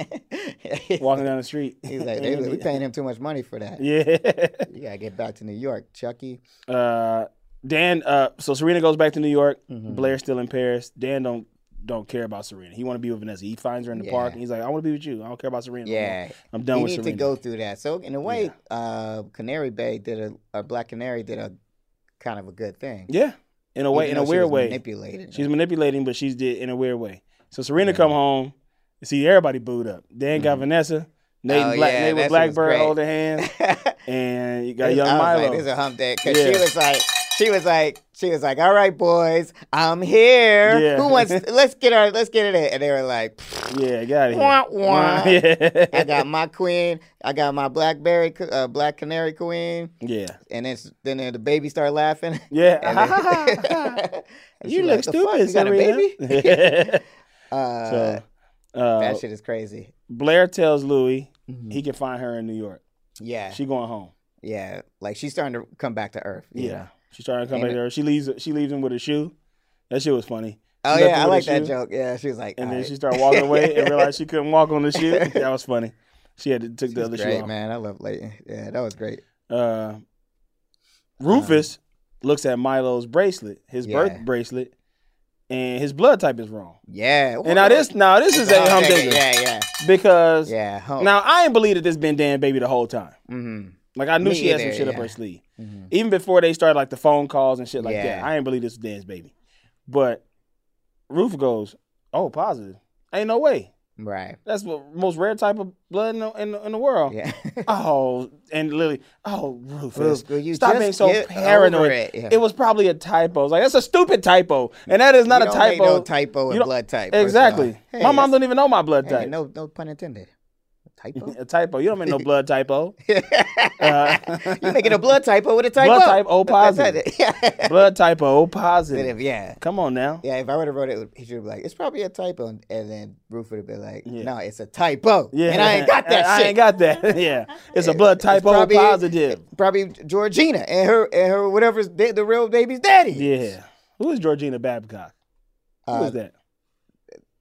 S1: walking down the street.
S2: He's like, they, we paying him too much money for that.
S1: yeah.
S2: You gotta get back to New York, Chucky.
S1: uh, Dan. Uh, so Serena goes back to New York.
S2: Mhm.
S1: Blair's still in Paris. Dan don't don't care about Serena. He want to be with Vanessa. He finds her in the
S2: Yeah.
S1: park. And he's like, I want to be with you. I don't care about Serena. no more.
S2: Yeah,
S1: I'm done
S2: you
S1: with
S2: need
S1: Serena.
S2: to go through that. So in a way,
S1: Yeah.
S2: uh, Canary Bay did a or Black Canary did a kind of a good thing.
S1: Yeah, in a way,
S2: Even
S1: in a
S2: though she
S1: weird
S2: was
S1: way.
S2: manipulated.
S1: She's manipulating, but she's did in a weird way. So Serena come home. See everybody booed up. Dan got Vanessa. Nate
S2: Mm-hmm. Oh,
S1: and Black,
S2: yeah,
S1: Nate
S2: that
S1: with
S2: shit was
S1: Blackbird
S2: great.
S1: holding hands, and you got
S2: This-
S1: young
S2: I was
S1: Milo.
S2: Like, this is a hump day because
S1: Yeah.
S2: she was like, she was like, she was like, all right, boys, I'm here.
S1: Yeah.
S2: Who wants? let's get our, let's get it in. And they were like,
S1: yeah, got it.
S2: Wah, wah.
S1: Yeah,
S2: I got my queen, I got my blackberry, co- uh, black canary queen,
S1: yeah,
S2: and then s- then the baby started laughing.
S1: yeah.
S2: And
S1: you
S2: she's
S1: look
S2: like, "The
S1: stupid,
S2: fuck? You got a baby?
S1: Serena.
S2: Uh,
S1: so, uh,
S2: that shit is crazy.
S1: Blair tells Louis he can find her in New York.
S2: Yeah,
S1: She going home.
S2: yeah. Like she's starting to come back to earth. you
S1: Yeah,
S2: know?
S1: she's trying to come
S2: Ain't
S1: back
S2: it-
S1: to her. She leaves. She leaves him with a shoe. That shit was funny.
S2: Oh
S1: She left
S2: yeah,
S1: him
S2: I
S1: with a
S2: like that
S1: shoe,
S2: joke. Yeah, she was like,
S1: And then
S2: "Alright."
S1: she started walking away and realized she couldn't walk on the shoe. That was funny. She had to took the
S2: She's
S1: other shoe
S2: great,
S1: off.
S2: man. I love Leighton. Yeah, that was great.
S1: Uh, Rufus looks at Milo's bracelet, his birth
S2: Um, Yeah.
S1: bracelet, and his blood type is wrong.
S2: Yeah.
S1: And now this, now this is a
S2: Oh,
S1: humdinger
S2: Yeah, yeah.
S1: because
S2: Yeah. hum-
S1: now I ain't believe that this been Dan baby the whole time.
S2: Mhm.
S1: Like I knew
S2: Me
S1: she had some
S2: either,
S1: shit up
S2: yeah. Mm-hmm.
S1: her sleeve, even before they started like the phone calls and shit like that.
S2: Yeah.
S1: I ain't believe this was Dan's baby, but Ruth goes, "Oh, positive. Ain't no way.
S2: Right.
S1: That's the most rare type of blood in the, in the, in the world."
S2: Yeah.
S1: Oh, and Lily, oh Rufus,
S2: Ruf, will you
S1: stop
S2: just
S1: being so
S2: get
S1: paranoid.
S2: over
S1: It.
S2: it? Yeah.
S1: was probably a typo. It's Like that's a stupid typo, and that is not
S2: You
S1: a
S2: don't
S1: typo.
S2: make no typo
S1: You
S2: in
S1: don't-
S2: blood type, first of all.
S1: Exactly.
S2: Hey,
S1: my mom
S2: that's-
S1: don't even know my blood
S2: Hey,
S1: type.
S2: no, no pun intended. Typo.
S1: a typo. You don't make no blood typo. Uh,
S2: You're making a blood typo with a typo.
S1: Blood type O
S2: That's
S1: positive.
S2: it. Yeah.
S1: blood typo positive.
S2: yeah.
S1: Come on now.
S2: Yeah, if I would have wrote it, he should have been like, it's probably a typo. And then Roof would have been like,
S1: Yeah.
S2: no, it's a typo.
S1: Yeah,
S2: And I ain't got that
S1: I
S2: shit.
S1: ain't got that. Yeah, it's a blood
S2: It's
S1: typo
S2: probably-
S1: positive.
S2: Probably Georgina and her, and her whatever's da- the real baby's daddy. is.
S1: Yeah. Who is Georgina Babcock? Who is
S2: Uh,
S1: that?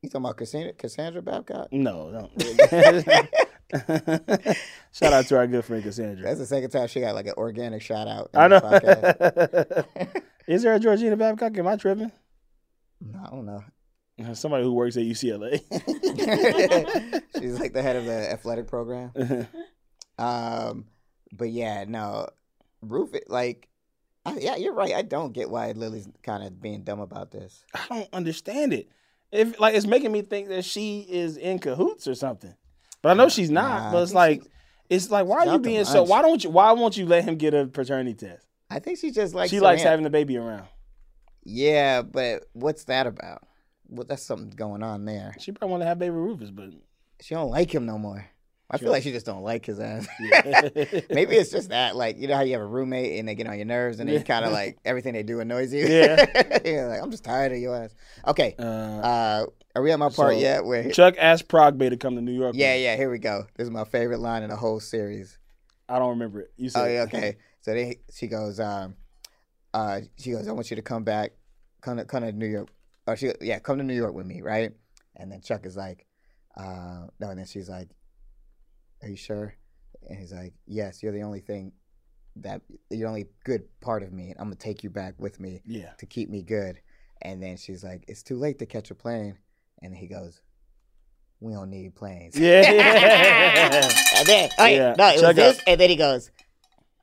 S2: You talking about Cassandra, Cassandra Babcock?
S1: No, no. Shout out to our good friend Cassandra.
S2: That's the second time she got like an organic shout out. in
S1: I
S2: the podcast.
S1: know. is there a Georgina Babcock? Am I tripping?
S2: No, I don't know.
S1: Somebody who works at UCLA.
S2: She's like the head of the athletic program. Um, but yeah, no, Roof. Like, I, yeah, you're right. I don't get why Lily's kind of being dumb about this.
S1: I don't understand it. If like it's making me think that she is in cahoots or something, but I know she's not.
S2: Nah, I
S1: but it's
S2: think
S1: like, it's like why are
S2: she's
S1: you
S2: out to
S1: being so?
S2: lunch.
S1: Why don't you? Why won't you let him get a paternity test?
S2: I think she just likes.
S1: she likes
S2: Savannah.
S1: having the baby around.
S2: Yeah, but what's that about? Well, that's something going on there.
S1: She probably want to have baby Rufus, but
S2: She don't like him no more. I feel like she just don't like his ass.
S1: yeah,
S2: Maybe it's just that, like, you know how you have a roommate and they get on your nerves and they kind of like everything they do annoys you.
S1: Yeah.
S2: yeah, like I'm just tired of your ass. Okay,
S1: Uh,
S2: uh, are we at my part
S1: so-
S2: yet? Where
S1: Chuck asked Prog Bay to come to New York.
S2: Yeah, yeah, here we go. This is my favorite line in the whole series.
S1: I don't remember it. You said
S2: Oh,
S1: it.
S2: yeah, okay. So they, she goes, um, uh, she goes, I want you to come back, come to, come to New York. Or she, yeah, come to New York with me, right? And then Chuck is like, uh, no, and then she's like, Are you sure? And he's like, Yes, you're the only thing that you're the only good part of me. I'm gonna take you back with me
S1: yeah.
S2: to keep me good. And then she's like, It's too late to catch a plane. And he goes, We don't need planes.
S1: Yeah.
S2: And then, oh, yeah,
S1: Yeah,
S2: no, it
S1: Chuck
S2: was this,
S1: up.
S2: and then he goes,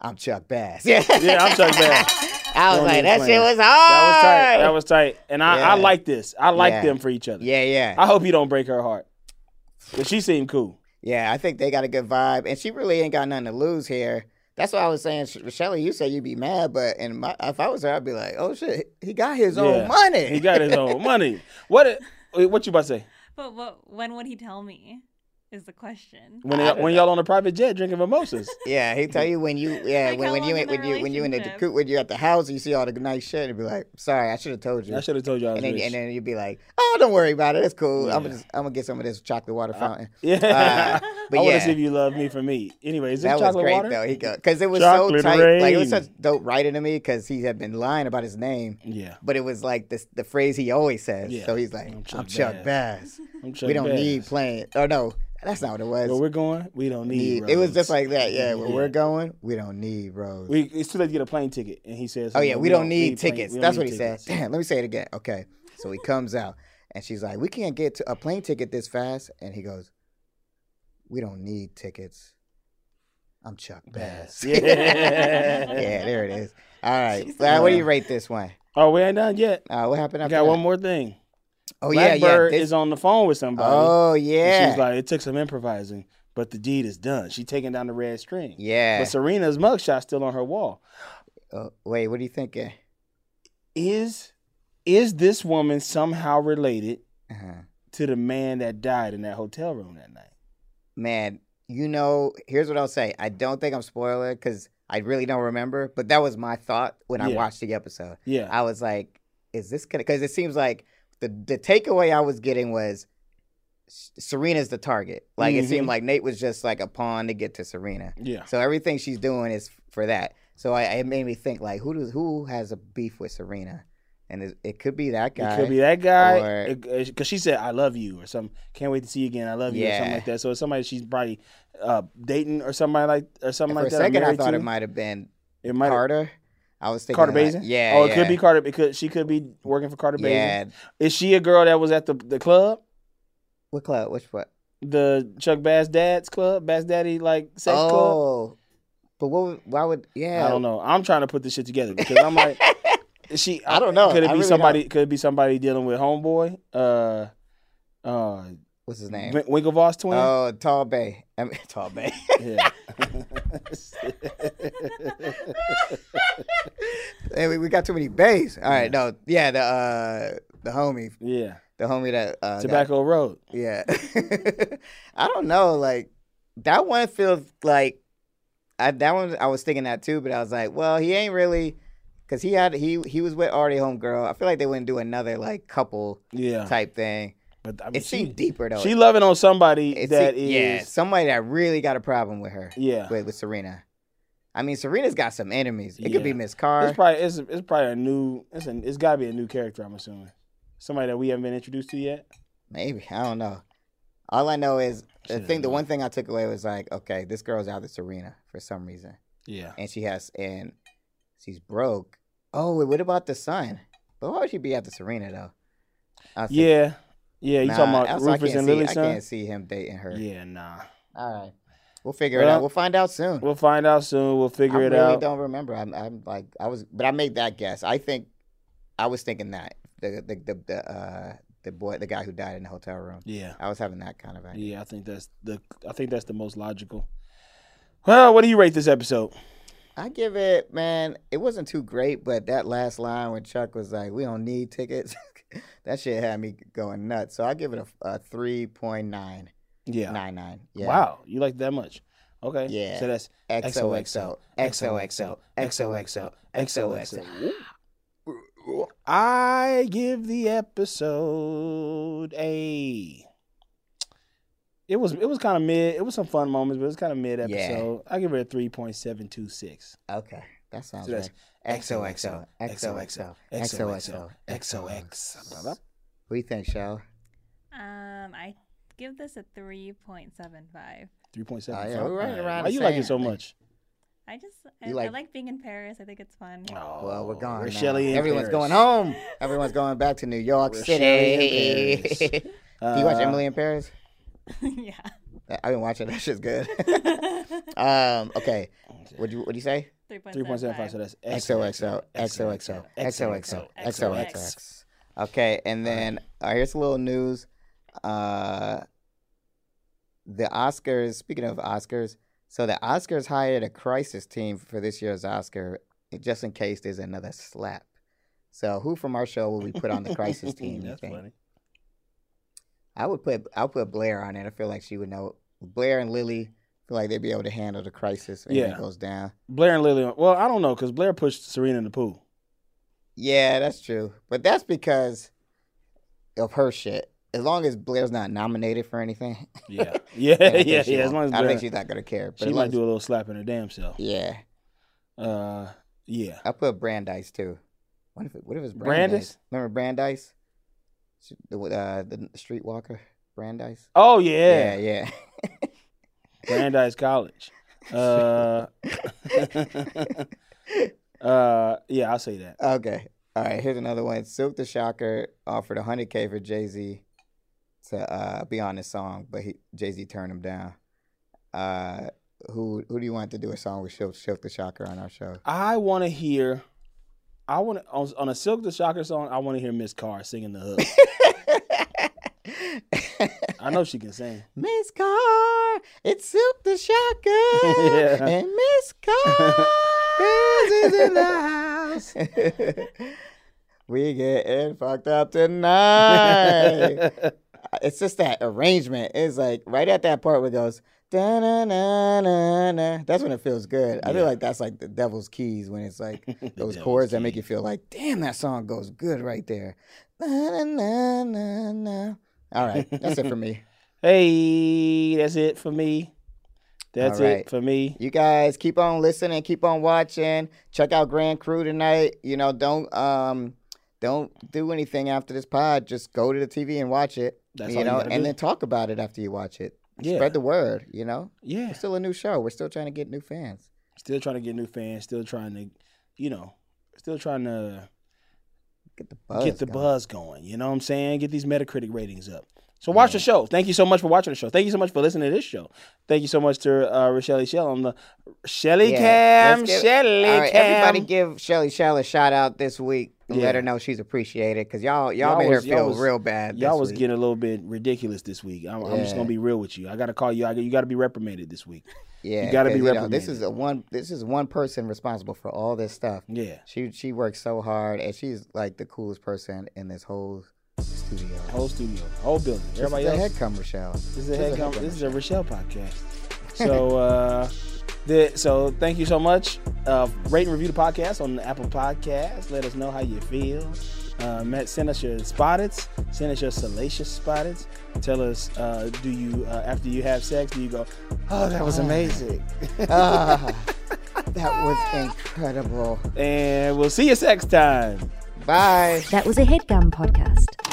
S2: "I'm Chuck Bass." Yeah,
S1: yeah, I'm Chuck Bass.
S2: I was
S1: Don't
S2: like,
S1: even
S2: that
S1: plan.
S2: shit was hard.
S1: That was tight. That was tight. And I, I
S2: Yeah.
S1: like this. I like
S2: Yeah.
S1: them for each other.
S2: yeah, yeah,
S1: I hope you don't break her heart. But she seemed cool.
S2: yeah. I think they got a good vibe, and she really ain't got nothing to lose here. That's why I was saying, Sh- Shelly, you say you'd be mad, but and my, if I was her, I'd be like, "Oh shit, he got his
S1: Yeah.
S2: own money."
S1: He got his own money. What? it- wait, What you about to say?
S3: But what? When would he tell me? Is the question.
S1: When y'all, when y'all on a private jet drinking mimosas?
S2: Yeah, he tell you when you yeah
S3: Like,
S2: when,
S3: how
S2: when you
S3: long in
S2: ain't-
S3: the
S2: when you when you in the
S3: relationship?
S2: coop when you at the house and you see all the nice shit and be like, "Sorry, I should have told you."
S1: I should have told y'all. I was
S2: and then,
S1: rich.
S2: and then you'd be like, "Oh, don't worry about it. It's cool. I'm
S1: Yeah.
S2: gonna just, I'm gonna get some of this chocolate water fountain."
S1: yeah.
S2: Uh,
S1: I
S2: but
S1: want to
S2: yeah,
S1: see if you love me for me. Anyway, is this
S2: that was
S1: chocolate
S2: great
S1: water?
S2: though. He because it was
S1: Chocolate
S2: so tight. Like it was
S1: rain.
S2: such dope writing to me because he had been lying about his name,
S1: Yeah.
S2: but it was like this the phrase he always says.
S1: Yeah.
S2: So he's like,
S1: I'm
S2: "I'm
S1: Chuck
S2: Chuck,
S1: Bass."
S2: Bass.
S1: I'm Chuck
S2: we don't
S1: Bass.
S2: need plane. Oh no, that's not what it was.
S1: Where we're going, we don't need.
S2: Need- it was just
S1: roads.
S2: like that. Yeah, where
S1: Yeah.
S2: we're going, we don't need roads.
S1: We, it's too late to get a plane ticket, and he says,
S2: Oh yeah,
S1: "No,
S2: we, don't, need,
S1: plane-
S2: tickets.
S1: we don't
S2: That's
S1: need
S2: what he
S1: tickets."
S2: said. Damn, let me say it again. Okay. So he comes out and she's like, "We can't get to a plane ticket this fast." And he goes, "We don't need tickets. I'm Chuck Bass." Yeah, there it is. All right. Vlad, what do you rate this one?
S1: Oh, we ain't done yet.
S2: Uh, what happened
S1: I
S2: after
S1: got
S2: that?
S1: one more thing.
S2: Oh yeah, yeah.
S1: Blackbird
S2: This-
S1: is on the phone with somebody.
S2: oh
S1: And
S2: yeah.
S1: she's like, it took some improvising, but the deed is done. She taking down the red string.
S2: yeah.
S1: But Serena's mugshot's still on her wall.
S2: Oh, wait, what are you thinking?
S1: Is is this woman somehow related
S2: Uh-huh.
S1: to the man that died in that hotel room that night?
S2: man, you know, here's what I'll say. I don't think I'm spoiling because I really don't remember, but that was my thought when I
S1: Yeah.
S2: watched the episode.
S1: Yeah.
S2: I was like, is this gonna? Because it seems like the the takeaway I was getting was S- Serena's the target. Like it seemed like Nate was just like a pawn to get to Serena.
S1: Mm-hmm. Yeah.
S2: So everything she's doing is for that. So I it made me think like, who does who has a beef with Serena? And it, it could be that guy.
S1: It could be that guy,
S2: Or-
S1: because she said "I love you" or something. Can't wait to see you again. I love you, or something
S2: Yeah.
S1: like that. So it's somebody she's probably uh, dating or somebody like or something
S2: And
S1: like
S2: for a
S1: that. or
S2: second, I
S1: married
S2: thought
S1: to.
S2: it might have been
S1: It might.
S2: Carter. I was thinking
S1: Carter
S2: like-
S1: Bazin?
S2: Yeah.
S1: Oh, it
S2: yeah.
S1: could be Carter. It could, she could be working for Carter
S2: Yeah.
S1: Bazin. Is she a girl that was at the the club,
S2: What club? Which what?
S1: the Chuck Bass Dad's club, Bass Daddy like sex club?
S2: oh. But what? would- Why would? Yeah.
S1: I don't know. I'm trying to put this shit together because I'm like, she.
S2: I don't know.
S1: Could it
S2: I
S1: be
S2: really
S1: somebody? Could it be somebody dealing with homeboy? Uh, uh,
S2: What's his name?
S1: Win- Winklevoss twin.
S2: Oh, Tall Bay. I mean, Tall Bay.
S1: Yeah.
S2: Hey, we, we got too many bays. All right, no, yeah, the uh, the homie,
S1: yeah.
S2: the homie that uh, got-
S1: Tobacco Road.
S2: yeah, I don't know. Like that one feels like I, that one. I was thinking that too, but I was like, well, he ain't really because he had he he was with already homegirl. I feel like they wouldn't do another like couple
S1: Yeah.
S2: type thing.
S1: But Uh. I mean,
S2: It
S1: she,
S2: seemed deeper though.
S1: she loving on somebody
S2: It
S1: that
S2: seemed- yeah,
S1: is.
S2: somebody that really got a problem with her.
S1: Yeah.
S2: with, with Serena. I mean, Serena's got some enemies. It could be
S1: Yeah.
S2: Miss Carr.
S1: It's probably it's, it's probably a new it's an it's gotta be a new character I'm assuming somebody that we haven't been introduced to yet.
S2: Maybe I don't know. All I know is the
S1: Shit,
S2: thing. The
S1: no.
S2: one thing I took away was like, okay, this girl's out of Serena for some reason,
S1: Yeah,
S2: and she has, and she's broke. Oh, and what about the son? But why would she be after Serena though? I was thinking,
S1: yeah, yeah. You talking
S2: nah,
S1: about
S2: also I
S1: Rufus
S2: can't
S1: and
S2: see-
S1: Lily's
S2: I
S1: son?
S2: can't see him dating her.
S1: Yeah, nah.
S2: All right, we'll figure it
S1: Well,
S2: out. We'll find out soon.
S1: We'll find out soon. We'll figure
S2: I
S1: it
S2: really
S1: out.
S2: don't remember. I'm, I'm like I was, but I made that guess. I think I was thinking that the the the the, uh, the boy, the guy who died in the hotel room.
S1: Yeah,
S2: I was having that kind of idea.
S1: yeah. I think that's the I think that's the most logical. Well, what do you rate this episode?
S2: I give it, man. It wasn't too great, but that last line when Chuck was like, "We don't need tickets," that shit had me going nuts. So I give it a, a three point nine
S1: Yeah.
S2: nine nine. Yeah.
S1: Wow, you like that much? Okay.
S2: Yeah.
S1: So that's
S2: XOXO, XOXO, XOXO, XOXO.
S1: I give the episode a. It was it was kind of mid. It was some fun moments, but it was kind of mid
S2: Yeah.
S1: episode. I give it a three point seven two six.
S2: Okay, that sounds
S1: So that's
S2: right. XOXO, XOXO, XOXO,
S1: XOX.
S2: What do you think, Shell?
S3: Um, I give this a three point seven five.
S1: Three point seven.
S2: Oh, yeah, we're right around
S1: Why
S2: the
S1: you like it
S2: same.
S1: so much?
S3: I just I,
S2: You
S3: like, I
S2: like-
S3: like being in Paris. I think it's fun.
S1: Oh,
S2: Well, we're gone. now.
S1: Shelley in
S2: Everyone's
S1: Paris.
S2: going home. Everyone's going back to New York
S1: We're Shelley in
S2: City.
S1: Paris.
S2: Do you watch
S1: Uh,
S2: Emily in Paris?
S3: yeah.
S2: I- I've been watching. That shit's good. um, okay. What'd you What'd you say?
S3: Three point
S1: Three point seven five. So that's
S2: XOXO, XOXO, XOXO, XOXO. Okay, and then uh, here's a little news. Uh, the Oscars. Speaking of Oscars, so the Oscars hired a crisis team for this year's Oscar, just in case there's another slap. So, who from our show will we put on the crisis team? you
S1: That's
S2: think?
S1: funny.
S2: I would put I'll put Blair on it. I feel like she would know Blair and Lily. Feel like they'd be able to handle the crisis when
S1: Yeah.
S2: it goes down.
S1: Blair and Lily. Well, I don't know because Blair pushed Serena in the pool.
S2: Yeah, that's true. But that's because of her shit. As long as Blair's not nominated for anything,
S1: Yeah, yeah,
S2: I don't
S1: yeah,
S2: think
S1: yeah.
S2: she
S1: As
S2: won't.
S1: long as
S2: I don't
S1: Blair,
S2: think
S1: she,
S2: she's not gonna care. But as long
S1: might
S2: as-
S1: do a little slap in her damn self.
S2: Yeah,
S1: Uh, yeah.
S2: I put Brandeis too. What if it, what if it's
S1: Brandeis?
S2: Brandeis? Remember Brandeis, She- the uh, the streetwalker Brandeis.
S1: Oh yeah,
S2: yeah. yeah.
S1: Brandeis College. Uh, uh, yeah. I'll say that.
S2: Okay. All right. Here's another one. Silk the Shocker offered 100K for Jay Z to uh, be on this song, but he, Jay Z turned him down. Uh, who who do you want to do a song with Silk, Silk the Shocker on our show?
S1: I want to hear. I want to on, on a Silk the Shocker song. I want to hear Miss Carr singing the hook. I know she can sing.
S2: Miss Carr, it's Silk the Shocker,
S1: Yeah.
S2: and Miss Carr is in the house. we getting fucked up tonight. it's just that arrangement. It's like right at that part where it goes da na na na na. That's when it feels good. I feel like that's like the devil's keys when it's like those chords that make you feel like, damn, that song goes good right there. Na na na na na. All right, that's it for me.
S1: hey, that's it for me. That's
S2: All right.
S1: it for me.
S2: You guys keep on listening, keep on watching. Check out Grand Crew tonight. You know, don't um don't do anything after this pod. Just go to the TV and watch it.
S1: That's
S2: you
S1: all you
S2: know,
S1: gotta
S2: and
S1: do.
S2: then talk about it after you watch it.
S1: Yeah.
S2: Spread the word, you know?
S1: Yeah.
S2: It's still a new show. We're still trying to get new fans.
S1: still trying to get new fans, still trying to, you know, still trying to
S2: Get the buzz.
S1: get the
S2: going.
S1: buzz going. You know what I'm saying? Get these Metacritic ratings up. So watch the show. Thank you so much for watching the show. Thank you so much for listening to this show. Thank you so much to uh, Rochelle Shell on the Shelly
S2: Yeah,
S1: Cam.
S2: let's give-
S1: Shelly
S2: All right,
S1: Cam.
S2: everybody give Shelly Shell a shout out this week and
S1: Yeah.
S2: let her know she's appreciated because y'all, y'all
S1: Y'all
S2: made her
S1: was- y'all
S2: feel
S1: was-
S2: real bad.
S1: Y'all
S2: this
S1: was
S2: week.
S1: getting a little bit ridiculous this week. I'm, I'm just
S2: Yeah.
S1: gonna be real with you. I gotta call you. I, you gotta be reprimanded this week.
S2: yeah,
S1: gotta be
S2: 'cause, know, This
S1: reprimanded.
S2: is a one. This is one person responsible for all this stuff.
S1: Yeah.
S2: She she works so hard and she's like the coolest person in this whole studio.
S1: Whole studio, whole building. Everybody
S2: Everybody this
S1: else.
S2: is a head cum, Rochelle.
S1: This is a head com- This is a
S2: Rochelle.
S1: Rochelle podcast. So, uh, the, so thank you so much. Uh, rate and review the podcast on the Apple Podcast. Let us know how you feel. Uh, Matt, send us your spotteds. Send us your salacious spotteds. Tell us, uh, do you uh, after you have sex, do you go, oh, that was amazing?
S2: Ah, that was incredible.
S1: and we'll see you sex time.
S2: Bye.
S6: That was a headgum podcast.